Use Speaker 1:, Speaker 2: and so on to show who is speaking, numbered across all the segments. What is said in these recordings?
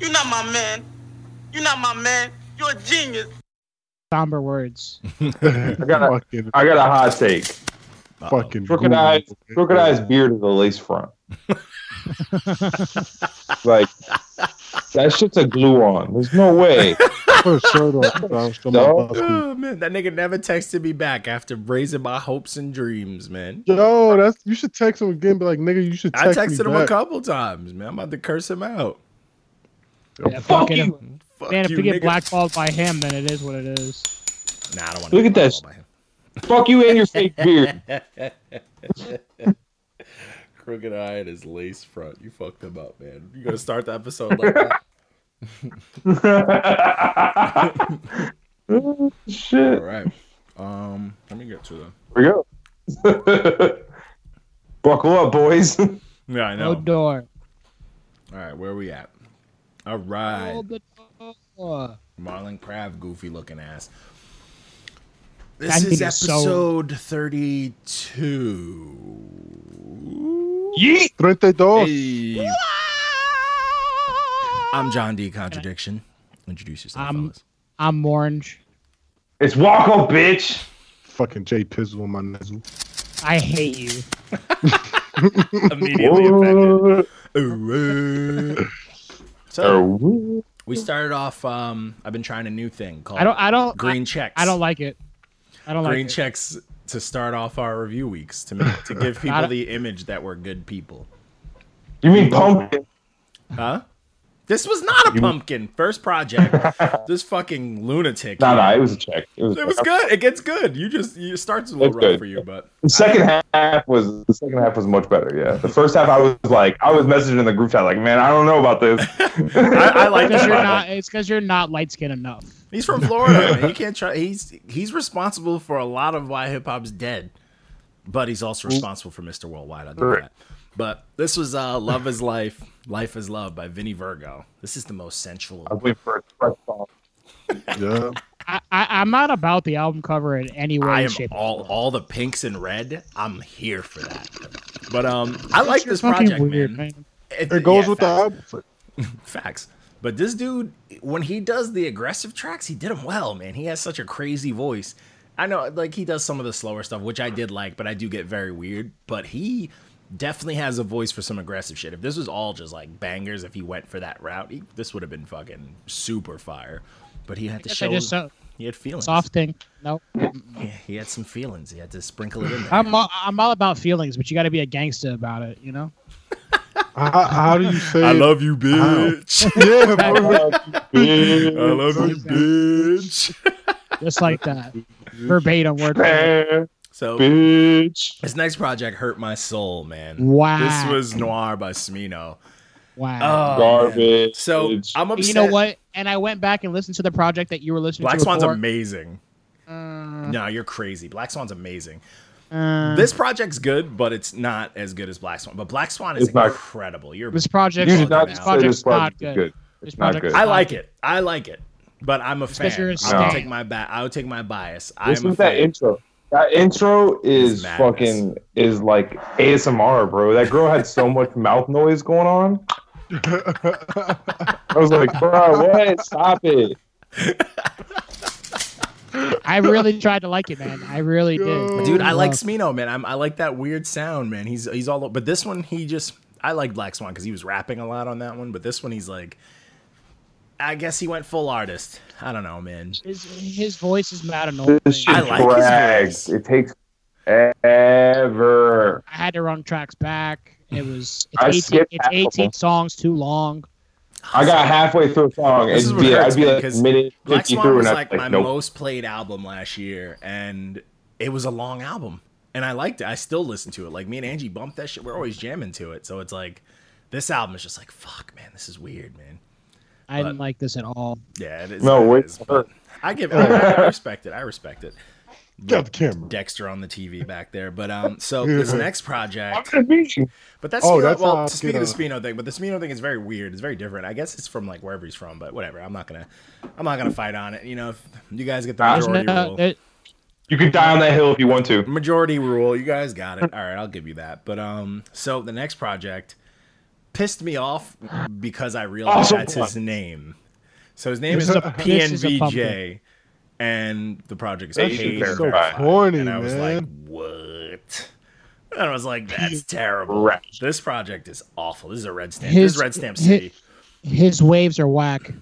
Speaker 1: You're not my man. You're not my man. You're a genius.
Speaker 2: Somber words.
Speaker 3: I
Speaker 4: got a-
Speaker 3: fucking,
Speaker 4: I got a hot take.
Speaker 3: fucking
Speaker 4: Crooked
Speaker 3: Google.
Speaker 4: eyes, crooked eyes beard is a lace front. like that shit's a glue on. There's no way.
Speaker 3: Put a shirt on, bro. Show my
Speaker 4: No.
Speaker 3: muscles.
Speaker 5: Oh, man, that nigga never texted me back after raising my hopes and dreams, man.
Speaker 3: Yo, that's you should text him again. Be like, nigga, you should
Speaker 5: I
Speaker 3: text
Speaker 5: texted
Speaker 3: me
Speaker 5: him a
Speaker 3: back.
Speaker 5: couple times, man. I'm about to curse him out.
Speaker 2: Yeah,
Speaker 4: Fuck
Speaker 2: fuck it.
Speaker 4: you.
Speaker 5: Fuck
Speaker 2: Man, if
Speaker 5: you,
Speaker 2: we get
Speaker 5: nigga.
Speaker 2: blackballed by him, then it is what it is.
Speaker 5: Nah, I don't want
Speaker 4: Look at that Fuck you and your fake beard.
Speaker 5: Crooked eye and his lace front. You fucked him up, man. You gonna start the episode like that? All
Speaker 4: Shit.
Speaker 5: right. Um, let me get to the.
Speaker 4: Here we go. Buckle up, boys.
Speaker 5: Yeah, I know.
Speaker 2: No door.
Speaker 5: All right, where we at? All right,
Speaker 2: Hold the door.
Speaker 5: Marlon Crab, goofy looking ass.
Speaker 2: That
Speaker 5: This is
Speaker 2: nigga is so-
Speaker 5: episode thirty-two.
Speaker 4: Yeet.
Speaker 3: Trente
Speaker 2: Oh.
Speaker 3: dos.
Speaker 5: Hey. I'm John D. Contradiction. Introduce yourself,
Speaker 2: I'm-
Speaker 5: fellas.
Speaker 2: I'm orange.
Speaker 4: It's Walko, bitch.
Speaker 3: Fucking Jay Pizzle on my nizzle.
Speaker 2: I hate you.
Speaker 5: Immediately offended. Ooh, uh. So
Speaker 4: Oh,
Speaker 5: we started off. Um, I've been trying a new thing called
Speaker 2: I don't. I don't.
Speaker 5: green checks.
Speaker 2: I, I don't like it. I don't
Speaker 5: green
Speaker 2: like it.
Speaker 5: checks to start off our review weeks to make to give people
Speaker 2: Not-
Speaker 5: the image that we're good people.
Speaker 4: you mean pumpkin?
Speaker 5: Huh? This was not a pumpkin. First project. this fucking lunatic.
Speaker 4: Nah, nah, it was a check. It was,
Speaker 5: It was good. It gets good. You just you it starts a little
Speaker 4: It's
Speaker 5: rough
Speaker 4: good.
Speaker 5: for you, but
Speaker 4: The second half was the second half was much better. Yeah, the first half I was like, I was messaging in the group chat like, man, I don't know about this.
Speaker 5: I, I like
Speaker 2: Because
Speaker 5: this.
Speaker 2: you're
Speaker 5: one.
Speaker 2: not. It's because you're not light skinned enough.
Speaker 5: He's from Florida. man. You can't try. He's he's responsible for a lot of why hip hop's dead, but he's also responsible for Mr. Worldwide. I know
Speaker 4: Correct.
Speaker 5: that. But this was uh, "Love Is Life, Life Is Love" by Vinnie Virgo. This is the most
Speaker 4: I
Speaker 5: sensual.
Speaker 4: was waiting for a fresh song.
Speaker 3: Yeah.
Speaker 2: I, I, I'm not about the album cover in any way,
Speaker 5: I am
Speaker 2: shape.
Speaker 5: all all the pinks and red. I'm here for that. But um, I like this
Speaker 2: Fucking
Speaker 5: project,
Speaker 2: weird,
Speaker 5: man. It,
Speaker 3: It goes
Speaker 5: yeah,
Speaker 3: with the
Speaker 5: facts.
Speaker 3: album.
Speaker 5: Facts. But this dude, when he does the aggressive tracks, he did them well, man. He has such a crazy voice. I know, like, he does some of the slower stuff, which I did like, but I do get very weird. But he definitely has a voice for some aggressive shit. If this was all just like bangers, if he went for that route, he, this would have been fucking super fire. But he had to
Speaker 2: Yes, I
Speaker 5: show
Speaker 2: just so,
Speaker 5: he had feelings.
Speaker 2: soft thing. No,
Speaker 5: Yeah, he had some feelings. He had to sprinkle it in there.
Speaker 2: I'm all, I'm all about feelings, but you got to be a gangster about it. You know.
Speaker 3: How, how do you say?
Speaker 5: I
Speaker 3: it?
Speaker 5: love you, bitch.
Speaker 3: Yeah, bro.
Speaker 5: I love you, bitch.
Speaker 2: just like that, verbatim word. for word.
Speaker 4: Bitch.
Speaker 5: So
Speaker 4: Bitch.
Speaker 5: this next project hurt my soul, man.
Speaker 2: Wow.
Speaker 5: This was Noir by Smino.
Speaker 2: wow.
Speaker 4: Garbage.
Speaker 5: So Oh, I'm upset.
Speaker 2: you know what? And I went back and listened to the project that you were listening
Speaker 5: Black
Speaker 2: to.
Speaker 5: Swan's
Speaker 2: before.
Speaker 5: amazing.
Speaker 4: Uh-huh.
Speaker 2: Uh,
Speaker 5: No, you're crazy. Black Swan's amazing.
Speaker 2: uh, this
Speaker 5: This project's good, but it's not as good as Black Swan. But Black Swan is
Speaker 4: It's not-
Speaker 5: incredible. You're
Speaker 2: project,
Speaker 4: you did not
Speaker 2: this
Speaker 5: now.
Speaker 4: say this
Speaker 2: project's not
Speaker 4: project
Speaker 2: good.
Speaker 4: is good.
Speaker 2: This
Speaker 4: not
Speaker 2: project,
Speaker 4: good.
Speaker 5: I like it. I like it. But I'm a fan.
Speaker 2: 'cause you're a
Speaker 5: I'll
Speaker 2: stan.
Speaker 5: take my ba- I'll take my bias.
Speaker 4: This
Speaker 5: I'm a
Speaker 4: was that
Speaker 5: fan.
Speaker 4: intro. That intro
Speaker 5: It's
Speaker 4: is
Speaker 5: madness.
Speaker 4: fucking is like ASMR, bro. That girl had so much mouth noise going on. I was like, bro, what? Stop it.
Speaker 2: I really tried to like it, man. I really did,
Speaker 5: Dude, I like
Speaker 2: Love.
Speaker 5: Smino, man. I'm, I like that weird sound, man. He's he's all but this one he just I like Black Swan because he was rapping a lot on that one, but this one he's like I guess he went full artist. I don't know, man.
Speaker 2: His his voice is not annoying.
Speaker 4: This shit
Speaker 5: I
Speaker 2: I,
Speaker 5: like his
Speaker 4: drags.
Speaker 5: voice.
Speaker 4: It takes ever.
Speaker 2: had to run tracks back. It was
Speaker 4: I
Speaker 2: it's eighteen,
Speaker 4: skipped
Speaker 2: it's
Speaker 4: half of
Speaker 2: eighteen
Speaker 4: them.
Speaker 2: songs too long.
Speaker 4: I got halfway through a song
Speaker 5: This is
Speaker 4: and
Speaker 5: what
Speaker 4: be,
Speaker 5: hurts
Speaker 4: I'd be
Speaker 5: me,
Speaker 4: like
Speaker 5: 'cause
Speaker 4: minute
Speaker 5: Black
Speaker 4: fifty
Speaker 5: Swan
Speaker 4: through,
Speaker 5: was
Speaker 4: and I'm
Speaker 5: like,
Speaker 4: like,
Speaker 5: my
Speaker 4: nope.
Speaker 5: most played album last year, and it was a long album, and I liked it. I still listen to it. Like me and Angie bumped that shit. We're always jamming to it, so it's like this album is just like fuck, man. This is weird, man.
Speaker 2: I didn't
Speaker 5: But-
Speaker 2: like this at all.
Speaker 5: Yeah, it is.
Speaker 4: No,
Speaker 5: what it
Speaker 4: wait,
Speaker 5: is, but I give. I, I respect it. I respect it.
Speaker 3: Get the camera.
Speaker 5: Dexter on the TV back there, but um. So this next project, but that's
Speaker 3: Oh,
Speaker 5: Spino,
Speaker 3: that's how I
Speaker 5: well. To speak of the
Speaker 3: feel.
Speaker 5: Spino thing, but the Spino thing is very weird. It's very different. I guess it's from like wherever he's from, but whatever. I'm not gonna, I'm not gonna fight on it. You know, if you guys get the
Speaker 4: Nah.
Speaker 2: There's
Speaker 5: majority
Speaker 2: no,
Speaker 5: rule.
Speaker 2: there-
Speaker 4: You could die on that hill if you want to.
Speaker 5: majority rule you guys got it all right i'll give you that but um so the next project pissed me off because I realized
Speaker 3: Awesome
Speaker 5: that's
Speaker 3: pun.
Speaker 5: his name. So his name
Speaker 3: This
Speaker 5: is
Speaker 3: is a-
Speaker 2: this is a
Speaker 5: PNVJ, and the project is
Speaker 4: That shit
Speaker 5: Paid
Speaker 4: is so
Speaker 5: Verified.
Speaker 3: corny,
Speaker 5: and I was
Speaker 3: man.
Speaker 5: like, what? And I was like, that's terrible.
Speaker 4: Correct.
Speaker 5: This project is awful. This is a red stamp. this
Speaker 2: His-
Speaker 5: is red stamp
Speaker 2: hi-
Speaker 5: city.
Speaker 2: His waves are whack.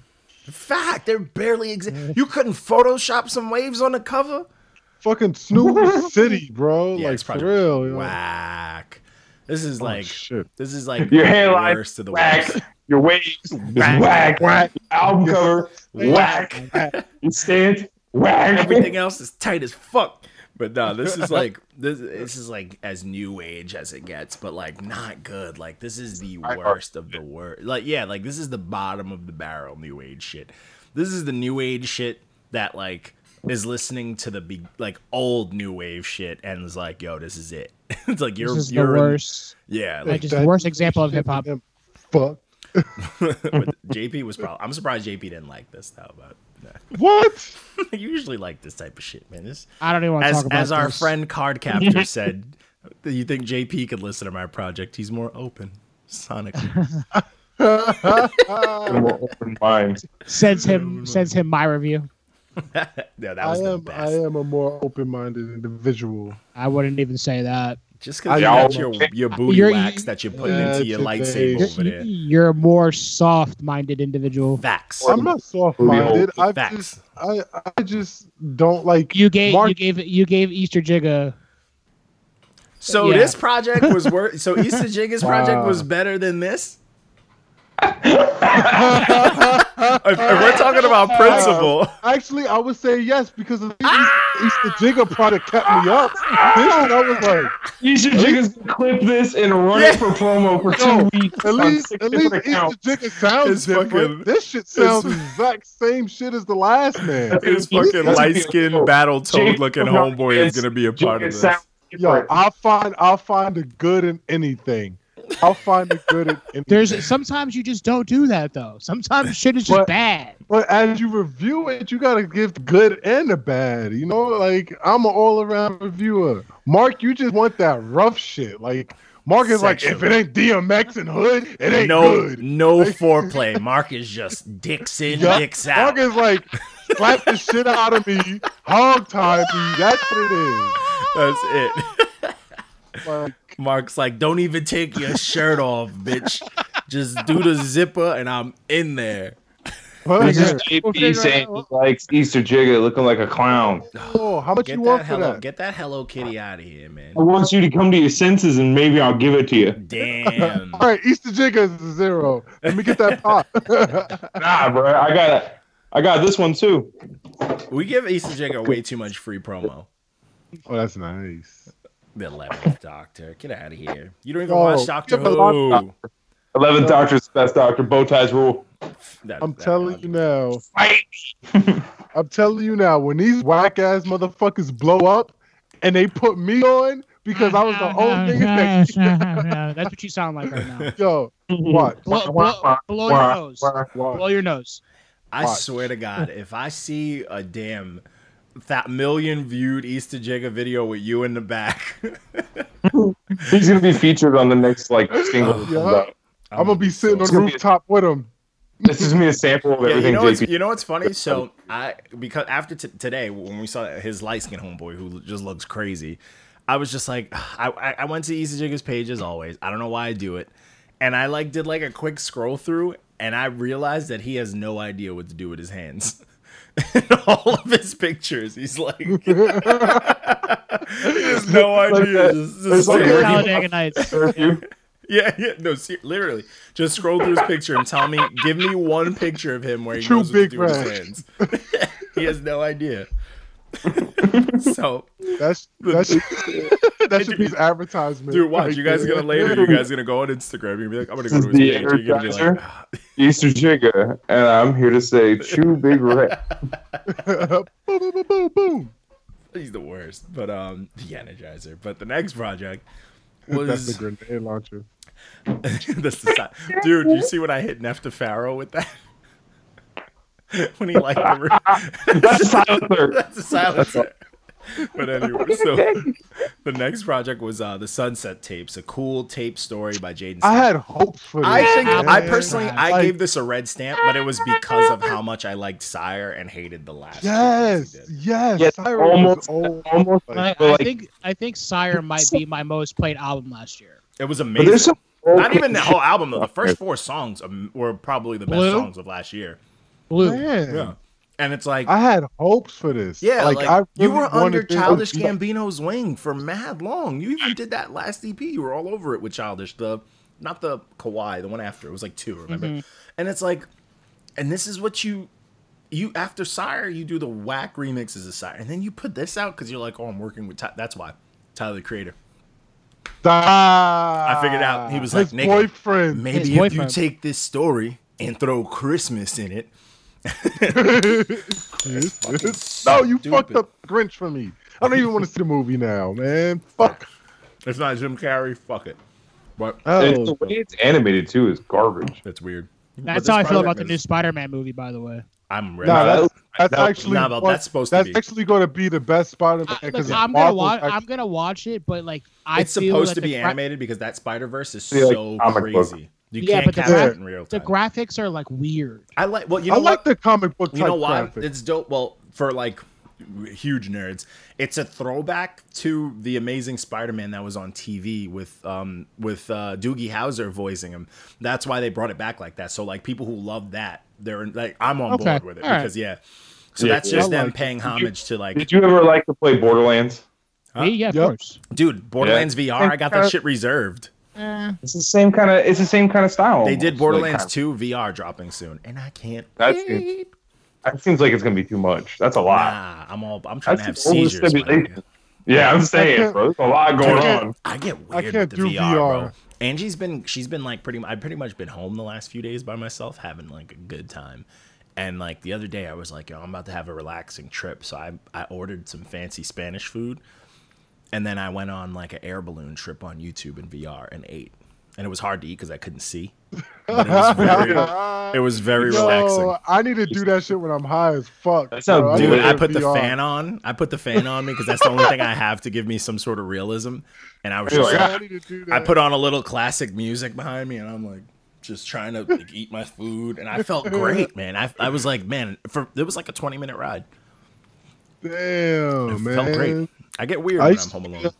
Speaker 5: Fact, they're barely exist. You couldn't Photoshop some waves on the cover.
Speaker 3: Fucking Snoop was City, bro.
Speaker 5: Yeah,
Speaker 3: like
Speaker 5: it's
Speaker 3: for
Speaker 5: probably
Speaker 3: real. yo. Oh,
Speaker 5: whack. This is like
Speaker 3: shit.
Speaker 5: this is like
Speaker 4: Your
Speaker 5: the
Speaker 4: hairline,
Speaker 5: worst of the
Speaker 4: whack.
Speaker 5: worst.
Speaker 4: Your waves, is
Speaker 5: Whack.
Speaker 4: whack. Whack. Album cover, whack. Your stand, whack.
Speaker 5: Everything else is tight as fuck. But no, this is like this, this is like as new age as it gets, but like not good. Like this is the worst of the worst. Like yeah, like this is the bottom of the barrel new age shit. This is the new age shit that like is listening to the be- like old new wave shit and is like, yo, this is it. it's like you're
Speaker 2: This is the
Speaker 5: you're
Speaker 2: worst.
Speaker 5: yeah,
Speaker 2: I
Speaker 5: like
Speaker 2: just
Speaker 3: That
Speaker 2: worst example of
Speaker 3: shit
Speaker 2: hip hop.
Speaker 3: with them Fuck.
Speaker 5: but JP was probably. I'm surprised JP didn't like this though. But
Speaker 3: What?
Speaker 5: you usually like this type of shit, man. This,
Speaker 2: I don't even want to
Speaker 5: as
Speaker 2: talk about
Speaker 5: as our
Speaker 2: this.
Speaker 5: friend Card Captor said, do you think JP could listen to my project? He's more open. Sonic.
Speaker 3: Uh,
Speaker 4: Open mind.
Speaker 2: sends him sends him my review.
Speaker 5: yeah, that
Speaker 3: I
Speaker 5: was the
Speaker 3: am I
Speaker 5: best.
Speaker 3: am a more open minded individual.
Speaker 2: I wouldn't even say that.
Speaker 5: Just because you
Speaker 4: I
Speaker 5: got
Speaker 4: am-
Speaker 5: your your booty
Speaker 2: You're- e-
Speaker 5: wax that you're putting
Speaker 3: Yeah,
Speaker 5: into your
Speaker 3: today.
Speaker 5: lightsaber over
Speaker 2: You're, e-
Speaker 5: there.
Speaker 2: you're a more soft-minded individual.
Speaker 5: Facts.
Speaker 3: I'm not soft minded. I
Speaker 5: Facts.
Speaker 3: just I, I just don't like
Speaker 2: You gave
Speaker 3: Mark-
Speaker 2: you gave you gave Easter Jigga.
Speaker 5: So
Speaker 2: Yeah.
Speaker 5: this project was worth. So Easter Jigga's project
Speaker 3: Wow.
Speaker 5: was better than this. if, if we're talking
Speaker 3: Uh,
Speaker 5: about principle,
Speaker 3: Actually, I would say yes because at least
Speaker 2: Ah!
Speaker 3: Easter Jigga product kept me up. This one, I was like,
Speaker 4: You should just clip this and run it for promo for two weeks.
Speaker 3: at
Speaker 4: on
Speaker 3: least,
Speaker 4: six
Speaker 3: at least
Speaker 4: different
Speaker 3: Easter
Speaker 4: accounts.
Speaker 3: Jigga sounds
Speaker 5: It's
Speaker 3: different.
Speaker 5: fucking-
Speaker 3: this shit sounds the exact same shit as the last man.
Speaker 4: That's
Speaker 5: his fucking
Speaker 4: gonna be a
Speaker 5: light skinned
Speaker 4: joke.
Speaker 5: battle toad
Speaker 4: Jake
Speaker 5: looking
Speaker 4: from
Speaker 5: homeboy is
Speaker 4: Hawkins,
Speaker 5: gonna be a part of
Speaker 4: Jake
Speaker 5: this.
Speaker 4: sounds
Speaker 3: Yo,
Speaker 4: different.
Speaker 3: I'll find I'll find the good in anything. I'll find the good in anything.
Speaker 2: There's sometimes you just don't do that though. Sometimes shit is just
Speaker 3: But-
Speaker 2: bad.
Speaker 3: But as you review it, you gotta give the good and the bad. You know, like I'm an all around reviewer. Mark, you just want that rough shit. Like Mark is like, if
Speaker 5: Sexual.
Speaker 3: it ain't DMX and Hood, it ain't
Speaker 5: no,
Speaker 3: good.
Speaker 5: no foreplay. Mark is just dicks in,
Speaker 3: Yeah.
Speaker 5: dicks out.
Speaker 3: Mark is like, slap the shit out of me, hog tie me. That's what it
Speaker 5: That's
Speaker 3: Ah.
Speaker 5: it.
Speaker 3: is. Like,
Speaker 5: Mark's like, don't even take your shirt off, bitch. Just do the zipper, and I'm in there.
Speaker 4: This is
Speaker 3: fuck
Speaker 2: We'll
Speaker 4: JP
Speaker 2: figure it
Speaker 4: saying
Speaker 2: out.
Speaker 4: he likes Easter Jigga looking like a clown.
Speaker 3: it. Oh, how much
Speaker 5: Get
Speaker 3: you
Speaker 5: that
Speaker 3: want for
Speaker 5: hello,
Speaker 3: that? Ah. Oh.
Speaker 5: get that Hello Kitty out of here, man.
Speaker 4: I want you to come to your senses and maybe I'll give it to you.
Speaker 5: Damn.
Speaker 3: All right, Easter Jigga is a zero. Let me get that pop.
Speaker 4: Nah, bro, I got I got this one too.
Speaker 5: We give Easter Jigga way too much free promo.
Speaker 3: oh, that's nice.
Speaker 5: The 11th Doctor. Get out of here. You don't even
Speaker 3: No,
Speaker 5: watch Doctor
Speaker 3: give Oh, the love
Speaker 5: Who.
Speaker 4: Eleventh Doctor's the best Doctor. Bow ties rule.
Speaker 5: That-
Speaker 3: I'm
Speaker 5: that-
Speaker 3: telling you now.
Speaker 4: Fight.
Speaker 3: I'm telling you now, when these whack ass motherfuckers blow up and they put me on because I was the only nigga that
Speaker 2: That's what you sound like right now.
Speaker 3: yo, what?
Speaker 2: Blow, blow, blow your nose. Blow
Speaker 3: What?
Speaker 2: your nose.
Speaker 5: I
Speaker 3: Watch.
Speaker 5: swear to God, if I see a damn that million viewed Easter Jigga video with you in the back,
Speaker 4: He's gonna be featured on the next like single. that
Speaker 3: Yeah.
Speaker 4: comes out.
Speaker 3: I'm gonna be sitting on
Speaker 4: It's
Speaker 3: the
Speaker 4: gonna be-
Speaker 3: rooftop with him.
Speaker 4: This is me a sample of
Speaker 5: Yeah, you
Speaker 4: everything
Speaker 5: know what's
Speaker 4: JP.
Speaker 5: you know what's funny? So I because after t- today when we saw his light skin homeboy who just looks crazy, I was just like I I, I went to Easy Jigga's page as always. I don't know why I do it, and I like did like a quick scroll through and I realized that he has no idea what to do with his hands. In all of his pictures, he's like, he has no idea.
Speaker 4: that-
Speaker 5: Just- just
Speaker 4: it's like
Speaker 5: staring.
Speaker 4: that-
Speaker 2: Talladega Nights.
Speaker 4: Curfew.
Speaker 5: yeah, yeah, no, ser- literally, just scroll through his picture and tell me, give me one picture of him where he
Speaker 3: True
Speaker 5: knows what to
Speaker 3: big
Speaker 5: do with
Speaker 3: red.
Speaker 5: his hands. he has no idea. so,
Speaker 3: That's that's that should be his advertisement.
Speaker 5: dude, watch.
Speaker 3: right
Speaker 5: You guys are
Speaker 3: there.
Speaker 5: gonna later. You guys are gonna go on Instagram. You're gonna be like, I'm gonna
Speaker 4: This
Speaker 5: go
Speaker 4: is
Speaker 5: to his
Speaker 4: the
Speaker 5: page. You're gonna be like, "Ah,
Speaker 4: advertiser. Easter Jigga, and I'm here to say, chew big red.
Speaker 3: boom, boom, boom, boom, boom.
Speaker 5: he's the worst. But um, the Energizer. But the next project
Speaker 3: That's the
Speaker 5: was
Speaker 3: grenade launcher.
Speaker 5: That's the side. Dude, you see when I hit Nefta Farrow with that? when he like the
Speaker 4: That's a silencer.
Speaker 5: That's a silencer. but anyway, so the next project was uh, the Sunset Tapes, a cool tape story by Jaden.
Speaker 3: I
Speaker 5: Smith.
Speaker 3: had hopes for this.
Speaker 5: I think I
Speaker 3: man.
Speaker 5: personally I
Speaker 3: Like,
Speaker 5: gave this a red stamp, but it was because of how much I liked Sire and hated the last. two movies
Speaker 3: Yes,
Speaker 5: he did.
Speaker 3: yes,
Speaker 4: Yes,
Speaker 3: Cyrus was
Speaker 4: almost,
Speaker 3: old.
Speaker 4: almost.
Speaker 3: Like,
Speaker 2: I,
Speaker 4: but
Speaker 2: I
Speaker 4: like-
Speaker 2: think I think Sire might be my most played album last year.
Speaker 5: it was
Speaker 4: But there's
Speaker 5: amazing.
Speaker 4: some
Speaker 5: Not even the whole album though. The first
Speaker 4: Okay.
Speaker 5: four songs um, were probably the best
Speaker 2: Blue?
Speaker 5: songs of last year.
Speaker 2: Blue.
Speaker 3: Man,
Speaker 5: Yeah, and it's like
Speaker 3: I had hopes for this.
Speaker 5: Yeah, like,
Speaker 3: I
Speaker 5: you
Speaker 3: really
Speaker 5: were under
Speaker 3: wanted this-
Speaker 5: Childish Gambino's wing for mad long. You even did that last EP. You were all over it with Childish, the not the Kawhi, the one after. It was like two, remember?
Speaker 3: Mm-hmm.
Speaker 5: And it's like, and this is what you you after Sire, you do the whack remixes of Sire, and then you put this out because you're like, oh, I'm working with. Ty-. That's why Tyler the Creator.
Speaker 3: I
Speaker 5: figured out he was
Speaker 3: his
Speaker 5: like, nigga,
Speaker 3: boyfriend.
Speaker 2: His
Speaker 5: Maybe if you
Speaker 2: boyfriend.
Speaker 5: take this story and throw Christmas in it,
Speaker 3: no, you fucked
Speaker 5: stupid.
Speaker 3: up Grinch for me. I don't even want to see the movie now, man. Fuck.
Speaker 5: if not Jim Carrey, fuck it. But
Speaker 3: Hell.
Speaker 4: the way it's animated too is garbage.
Speaker 5: that's weird.
Speaker 2: That's
Speaker 5: But
Speaker 2: how I
Speaker 5: this
Speaker 2: feel
Speaker 5: project
Speaker 2: about the
Speaker 5: is-
Speaker 2: new Spider-Man movie, by the way.
Speaker 5: I'm ready.
Speaker 3: Nah,
Speaker 4: that-
Speaker 3: that's, that's
Speaker 5: that-
Speaker 3: actually
Speaker 5: nah, but
Speaker 3: one-
Speaker 5: that's supposed to
Speaker 3: that's
Speaker 5: be-
Speaker 3: actually going to be the best Spider-Man.
Speaker 2: I,
Speaker 3: 'cause
Speaker 2: look, I'm gonna
Speaker 3: Marvel's
Speaker 2: watch.
Speaker 3: actually-
Speaker 2: I'm gonna watch it, but like I
Speaker 5: it's
Speaker 2: feel
Speaker 5: supposed
Speaker 2: that
Speaker 5: to
Speaker 2: the
Speaker 5: be
Speaker 2: gra-
Speaker 5: animated because that Spider Verse is
Speaker 4: Be like
Speaker 5: so
Speaker 4: comic book.
Speaker 5: crazy. You
Speaker 2: Yeah,
Speaker 5: can't
Speaker 2: but the
Speaker 5: capture
Speaker 3: gra-
Speaker 5: it in real
Speaker 2: The
Speaker 5: time.
Speaker 2: graphics are like weird.
Speaker 5: I like. Well, you
Speaker 3: I
Speaker 5: know
Speaker 3: like
Speaker 5: what?
Speaker 3: the comic book.
Speaker 5: you know
Speaker 3: type
Speaker 5: why
Speaker 3: graphic.
Speaker 5: it's dope. Well, for like huge nerds, it's a throwback to the Amazing Spider Man that was on TV with um with uh, Doogie Howser voicing him. That's why they brought it back like that. So like people who love that, they're like, I'm on
Speaker 2: Okay,
Speaker 5: board with it
Speaker 2: all right.
Speaker 5: because yeah. So
Speaker 4: Yeah,
Speaker 5: that's
Speaker 4: yeah.
Speaker 5: just
Speaker 3: I
Speaker 5: them
Speaker 3: like it.
Speaker 5: paying homage to like
Speaker 4: Did you ever like to play Borderlands?
Speaker 5: Huh?
Speaker 2: Me? Yeah, of
Speaker 3: Yep.
Speaker 2: course.
Speaker 5: dude Borderlands VR. I got that
Speaker 4: Kinda-
Speaker 5: shit reserved.
Speaker 4: It's the same kind of. It's the same kind of style.
Speaker 5: They
Speaker 4: almost,
Speaker 5: did
Speaker 4: like,
Speaker 5: Borderlands
Speaker 4: kinda-
Speaker 5: 2 VR dropping soon, and I can't
Speaker 4: That seems, that seems like it's gonna be too much. That's a lot.
Speaker 5: Nah, I'm all. I'm trying
Speaker 4: That's
Speaker 5: to have
Speaker 4: an
Speaker 5: seizures. when I
Speaker 4: overstimulation.
Speaker 5: do it.
Speaker 4: Yeah, I'm saying,
Speaker 3: can't-
Speaker 4: bro. There's a lot going
Speaker 3: can't-
Speaker 4: on.
Speaker 5: I get weird
Speaker 3: can't
Speaker 5: with the
Speaker 3: do
Speaker 5: VR, bro.
Speaker 3: VR.
Speaker 5: Angie's been. She's been like pretty. I've pretty much been home the last few days by myself, having like a good time. And like the other day, I was like, yo, I'm about to have a relaxing trip, so I I ordered some fancy Spanish food, and then I went on like an air balloon trip on YouTube in VR and ate. And it was hard to eat because I couldn't see. But it was very, it was very
Speaker 3: Yo,
Speaker 5: relaxing.
Speaker 3: I need to do that shit when I'm high as fuck.
Speaker 4: That's how
Speaker 3: bro. I
Speaker 4: do
Speaker 5: Dude,
Speaker 3: need
Speaker 4: it.
Speaker 5: I
Speaker 3: to
Speaker 5: put the
Speaker 3: be on.
Speaker 5: fan on. I put the fan on me because that's the only thing I have to give me some sort of realism. And I was just,
Speaker 3: Yeah, I need to do that.
Speaker 5: I put on a little classic music behind me, and I'm like, just trying to like, eat my food, and I felt great, man. I, I was like, man, for it was like a 20 minute ride. It
Speaker 3: Damn, Oh, man.
Speaker 5: felt great. I get weird
Speaker 3: I
Speaker 5: when
Speaker 3: used
Speaker 5: I'm home alone.
Speaker 3: to-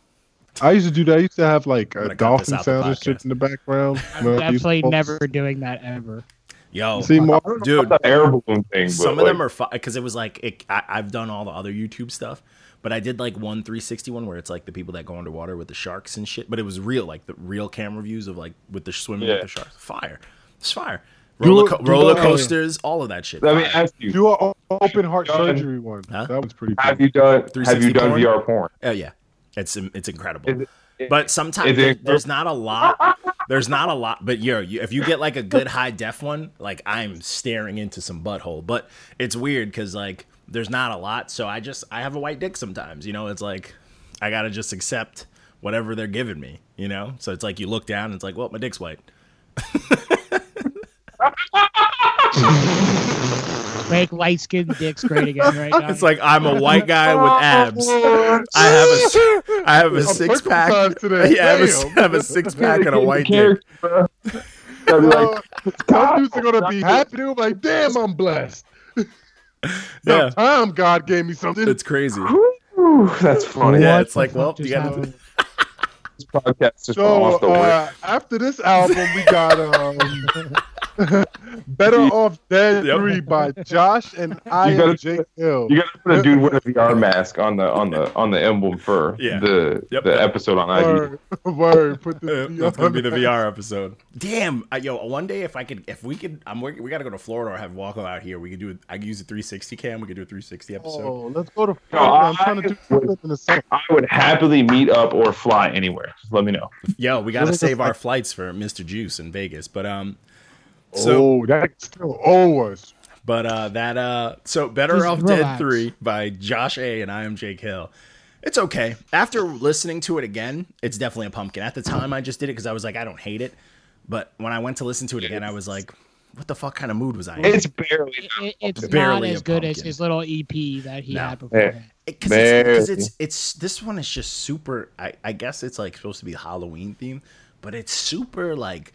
Speaker 3: I used to do that. I used to have like
Speaker 5: gonna
Speaker 3: a
Speaker 5: cut this
Speaker 3: dolphin
Speaker 5: out the
Speaker 3: sound and
Speaker 5: podcast.
Speaker 3: shit in the background.
Speaker 2: I'm
Speaker 3: when I used to
Speaker 2: definitely
Speaker 3: post-
Speaker 2: never doing that ever.
Speaker 5: Yo,
Speaker 3: See more.
Speaker 5: dude,
Speaker 4: That air balloon thing.
Speaker 5: Some of them are because it was like it, I, I've done all the other YouTube stuff, but I did like one 360 one where it's like the people that go underwater with the sharks and shit. But it was real, like the real camera views of like with the swimming with
Speaker 4: Yeah.
Speaker 5: the sharks. Fire, it's fire.
Speaker 3: Do
Speaker 5: Roller,
Speaker 3: it-
Speaker 5: co-
Speaker 3: do
Speaker 5: roller
Speaker 3: it.
Speaker 5: coasters, all of that shit.
Speaker 4: Let me
Speaker 5: fire.
Speaker 4: ask you:
Speaker 3: Do an open heart
Speaker 4: Done.
Speaker 3: surgery one.
Speaker 5: Huh?
Speaker 3: That one's pretty.
Speaker 4: Have
Speaker 3: cool.
Speaker 4: you done? Have
Speaker 5: 360
Speaker 4: you done
Speaker 5: porn?
Speaker 4: VR porn?
Speaker 5: Oh yeah, it's it's incredible.
Speaker 4: Is it- it-
Speaker 5: but sometimes
Speaker 4: is it
Speaker 5: there- there's not a lot. There's not a lot. But yo, you, if you get like a good high def one, like I'm staring into some butthole. But it's weird because like there's not a lot. So I just I have a white dick sometimes. You know, it's like I gotta just accept whatever they're giving me. You know, so it's like you look down and it's like, well, my dick's white.
Speaker 2: Make light skinned dicks great again, right? Now.
Speaker 5: It's like I'm a white guy with abs. I have a s- I have a six pack.
Speaker 3: circumcised today.
Speaker 5: Yeah, I have a s-
Speaker 3: Damn.
Speaker 5: I have a six pack and a white dick.
Speaker 4: Character, bro. They're like,
Speaker 3: Some dudes are gonna be happy. They'll be like, "Damn, I'm blessed."
Speaker 5: Yeah.
Speaker 3: Time God gave me something.
Speaker 5: It's crazy.
Speaker 4: "Ooh, that's funny.
Speaker 5: Yeah,
Speaker 2: What
Speaker 5: it's like,
Speaker 2: the
Speaker 5: well,
Speaker 2: fuck
Speaker 5: you
Speaker 2: just
Speaker 5: got to.
Speaker 2: happened?
Speaker 4: This podcast just went
Speaker 3: So
Speaker 4: off the rails.
Speaker 3: uh, after this album, we got um, "Better Off Dead"
Speaker 5: Yep.
Speaker 3: three by Josh and I
Speaker 4: gotta-
Speaker 3: and Jake Hill.
Speaker 4: You gotta put a dude with a VR mask on the on the on the emblem for
Speaker 5: Yeah.
Speaker 4: the
Speaker 5: Yep.
Speaker 4: the episode on IG.
Speaker 3: Word, word. Put
Speaker 5: Uh,
Speaker 3: the
Speaker 5: That's gonna be the VR episode. Damn, I, yo, one day if I could, if we could, I'm working. We gotta go to Florida or have Walko out here. We could do. it. I could use a 360 cam. We could do a 360 episode.
Speaker 3: Oh, let's go to. Florida. I'm
Speaker 4: I-
Speaker 3: trying to do something in the summer.
Speaker 4: I would happily meet up or fly anywhere. Just let me know.
Speaker 5: Yo, we gotta
Speaker 3: What is
Speaker 5: save
Speaker 3: the-
Speaker 5: our flights for Mr. Juice in Vegas. But um, so
Speaker 3: oh, that's still owe us.
Speaker 5: but uh that uh so better
Speaker 2: Just
Speaker 5: off dead
Speaker 2: relax.
Speaker 5: three by Josh A and I am Jake Hill. It's okay. After listening to it again, it's definitely a pumpkin. At the time, I just did it because I was like, I don't hate it. But when I went to listen to it again, I was like, what the fuck kind of mood was I in?
Speaker 4: It's barely.
Speaker 2: It- it's
Speaker 5: Barely
Speaker 2: not
Speaker 5: a
Speaker 2: as good as
Speaker 5: pumpkin.
Speaker 2: his little EP that he
Speaker 5: No.
Speaker 2: had before. that.
Speaker 5: because it's,
Speaker 4: Very.
Speaker 5: 'cause it's it's this one is just super. I, I guess it's like supposed to be Halloween themed, but it's super like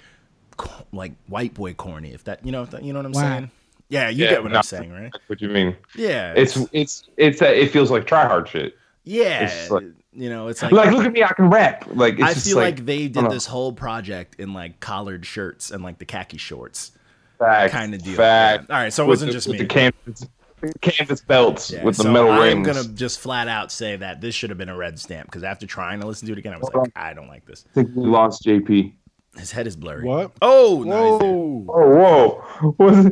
Speaker 5: co- like white boy corny. If that you know if that, you know what I'm
Speaker 2: Wow.
Speaker 5: saying? Yeah, you
Speaker 4: Yeah,
Speaker 5: get what
Speaker 4: no.
Speaker 5: I'm saying, right?
Speaker 4: What you mean?
Speaker 5: Yeah,
Speaker 4: It's it's it's that it feels like try hard shit.
Speaker 5: yeah.
Speaker 4: it's like-
Speaker 5: you know, it's
Speaker 4: Like, look at me, I can rap. Like it's
Speaker 5: I
Speaker 4: just
Speaker 5: feel like, they did
Speaker 4: know.
Speaker 5: this whole project in like collared shirts and like the khaki shorts
Speaker 4: fact,
Speaker 5: kind of deal.
Speaker 4: Fact.
Speaker 5: Yeah. All right, so it
Speaker 4: With
Speaker 5: wasn't
Speaker 4: the-
Speaker 5: just
Speaker 4: with
Speaker 5: me.
Speaker 4: The canvas, the canvas belts
Speaker 5: Yeah,
Speaker 4: with the
Speaker 5: so
Speaker 4: metal
Speaker 5: I am
Speaker 4: rings.
Speaker 5: gonna just flat out say that this should have been a red stamp because after trying to listen to it again, I was
Speaker 4: Hold
Speaker 5: like, I don't like this.
Speaker 4: I think we lost JP.
Speaker 5: His head is blurry.
Speaker 3: What?
Speaker 5: Oh, no, he's there.
Speaker 3: Whoa!
Speaker 4: Oh whoa! Was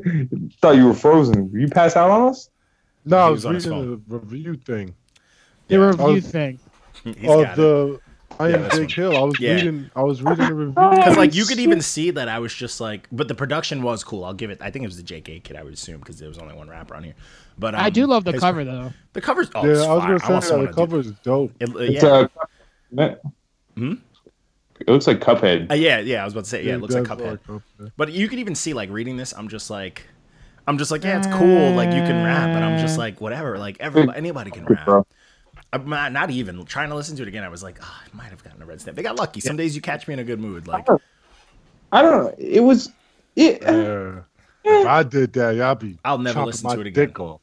Speaker 4: thought you were frozen. You passed out on us?
Speaker 3: No,
Speaker 5: He
Speaker 3: I was
Speaker 5: was on his
Speaker 3: reading the review thing
Speaker 2: The
Speaker 5: Yeah.
Speaker 2: review
Speaker 3: Oh.
Speaker 2: thing.
Speaker 5: He's
Speaker 3: of
Speaker 5: got it.
Speaker 3: the I
Speaker 5: Yeah,
Speaker 3: am
Speaker 5: that's
Speaker 3: Jake Hill. I was
Speaker 5: Yeah.
Speaker 3: reading. I was reading the review.
Speaker 5: Because like you could even see that I was just like, but the production was cool. I'll give it. I think it was the JK kid. I would assume because there was only one rapper on here. But um,
Speaker 2: I do love the
Speaker 5: his-
Speaker 2: cover though.
Speaker 5: The covers. Oh,
Speaker 3: yeah,
Speaker 5: it's
Speaker 3: I was
Speaker 5: fire. I
Speaker 3: gonna
Speaker 5: want
Speaker 3: say that
Speaker 5: someone
Speaker 3: the
Speaker 5: to do-
Speaker 3: cover is dope.
Speaker 5: It, uh,
Speaker 4: It's
Speaker 5: yeah.
Speaker 4: uh, Cuphead.
Speaker 5: Hmm?
Speaker 4: It looks like Cuphead.
Speaker 5: Uh, yeah, yeah. I was about to say yeah. It looks like
Speaker 3: does
Speaker 5: Cuphead.
Speaker 3: look Cuphead.
Speaker 5: But you could even see like reading this. I'm just like, I'm just like yeah, it's cool. Like you can rap, and I'm just
Speaker 3: Eh.
Speaker 5: like whatever. Like everybody, anybody can rap.
Speaker 4: Bro.
Speaker 5: I'm not, not even trying to listen to it again. I was like, oh, I might have gotten a red stamp. They got lucky. Some days you catch me in a good mood. Like
Speaker 4: I don't know. It was. It,
Speaker 3: Yeah. If I did that, y'all be.
Speaker 5: I'll never
Speaker 3: chopping
Speaker 5: listen
Speaker 3: my
Speaker 5: to it again.
Speaker 3: Dick off.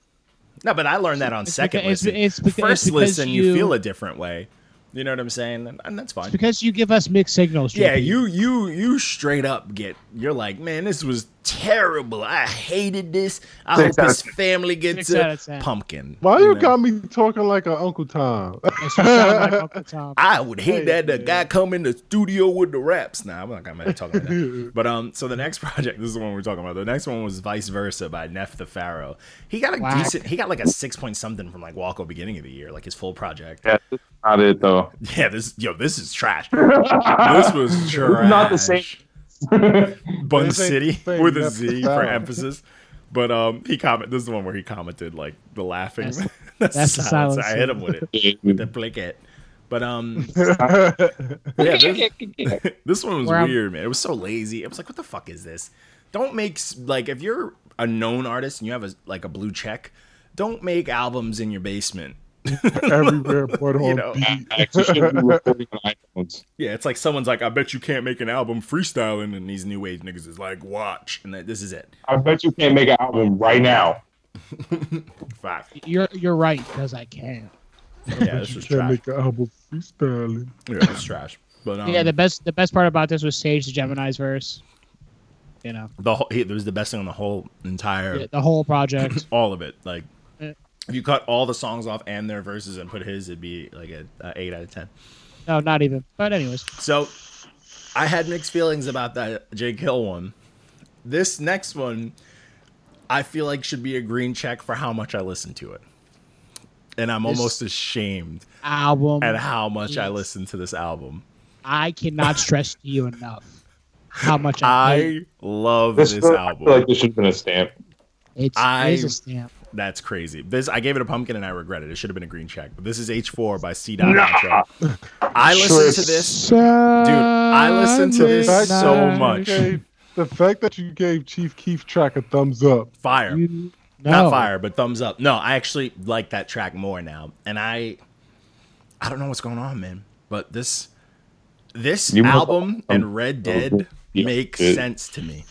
Speaker 5: No, but I learned that on
Speaker 2: It's
Speaker 5: second
Speaker 2: because- it's-
Speaker 5: listen.
Speaker 2: it's beca- it's
Speaker 5: First
Speaker 2: because
Speaker 5: listen, you,
Speaker 2: you-
Speaker 5: feel a different way. You know what I'm saying? And, and that's fine.
Speaker 2: It's because you give us mixed signals.
Speaker 5: yeah,
Speaker 2: JP.
Speaker 5: you you you straight up get you're like, man, this was terrible. I hated this. I
Speaker 4: Six
Speaker 5: hope
Speaker 4: out
Speaker 5: his
Speaker 4: of ten.
Speaker 5: family gets
Speaker 2: Six out
Speaker 5: a
Speaker 2: of ten.
Speaker 5: pumpkin.
Speaker 3: Why you
Speaker 5: know?
Speaker 3: got me talking like an Uncle Tom?
Speaker 2: That's what sound like Uncle Tom.
Speaker 5: I would hate
Speaker 3: Hey,
Speaker 5: that the
Speaker 3: man.
Speaker 5: guy come in the studio with the raps. Nah, I'm not gonna talk about that. But um, so the next project, this is the one we're talking about. The next one was Vice Versa by Neff the Pharaoh. He got a
Speaker 2: Wow.
Speaker 5: decent. He got like a six point something from like Walko beginning of the year, like his full project.
Speaker 4: yeah, that's not it though.
Speaker 5: Yeah, this yo, this is trash. this was trash.
Speaker 4: not the same.
Speaker 5: Bun
Speaker 3: This ain't
Speaker 5: City
Speaker 3: the same
Speaker 5: with a
Speaker 3: Neff the
Speaker 5: Z for
Speaker 3: Pharaoh.
Speaker 5: emphasis. But um, he comment. This is the one where he commented like the laughing.
Speaker 2: That's-
Speaker 5: That's
Speaker 2: that's the
Speaker 5: silence.
Speaker 2: silence.
Speaker 5: I hit him with it. The blick it. But um, yeah, this, this one was
Speaker 2: Where I'm-
Speaker 5: weird, man. It was so lazy. It was like, what the fuck is this? Don't make s- like if you're a known artist and you have a like a blue check, don't make albums in your basement.
Speaker 3: Everywhere but on
Speaker 5: You know,
Speaker 3: beat.
Speaker 4: Actually, should be recording on iPhones.
Speaker 5: Yeah, it's like someone's like, I bet you can't make an album freestyling, and these new wave niggas is like, watch, and that this is it.
Speaker 4: I bet you can't make an album right now.
Speaker 5: Fuck.
Speaker 2: You're you're right because I can't.
Speaker 5: Yeah, this
Speaker 3: You
Speaker 5: was
Speaker 3: can't
Speaker 5: trash.
Speaker 3: make an album freestyling.
Speaker 5: Yeah, this was trash. But um,
Speaker 2: yeah, the best the best part about this was Sage the Gemini's verse. You know,
Speaker 5: the whole it was the best thing on the whole entire
Speaker 2: the whole project.
Speaker 5: all of it. Like,
Speaker 2: Yeah.
Speaker 5: if you cut all the songs off and their verses and put his, it'd be like a, a eight out of ten.
Speaker 2: no, not even. But anyways,
Speaker 5: So I had mixed feelings about that Jake Hill one. This next one, I feel like should be a green check for how much I listened to it. And I'm
Speaker 2: This-
Speaker 5: almost ashamed
Speaker 2: album.
Speaker 5: at
Speaker 4: Mm-hmm.
Speaker 5: how much I
Speaker 2: Yes.
Speaker 5: listened to this album.
Speaker 2: I cannot stress to you enough how much I, hate
Speaker 5: I love
Speaker 4: This,
Speaker 5: this,
Speaker 4: I feel
Speaker 5: album.
Speaker 4: like this should have been a stamp.
Speaker 2: It's,
Speaker 5: I-
Speaker 2: it is a stamp.
Speaker 5: That's crazy. This I gave it a pumpkin and I regret it. It should have been a green check. But this is H4 by C. Dot Nacho. I listened to this.
Speaker 3: Dude,
Speaker 5: I listened to this so much.
Speaker 3: the fact that you gave Chief Keef track a thumbs up.
Speaker 5: Fire.
Speaker 2: You, no.
Speaker 5: not fire but thumbs up no i actually like that track more now and i i don't know what's going on man but this this
Speaker 4: You must-
Speaker 5: album and red dead
Speaker 4: Yeah,
Speaker 5: makes
Speaker 4: it-
Speaker 5: sense to me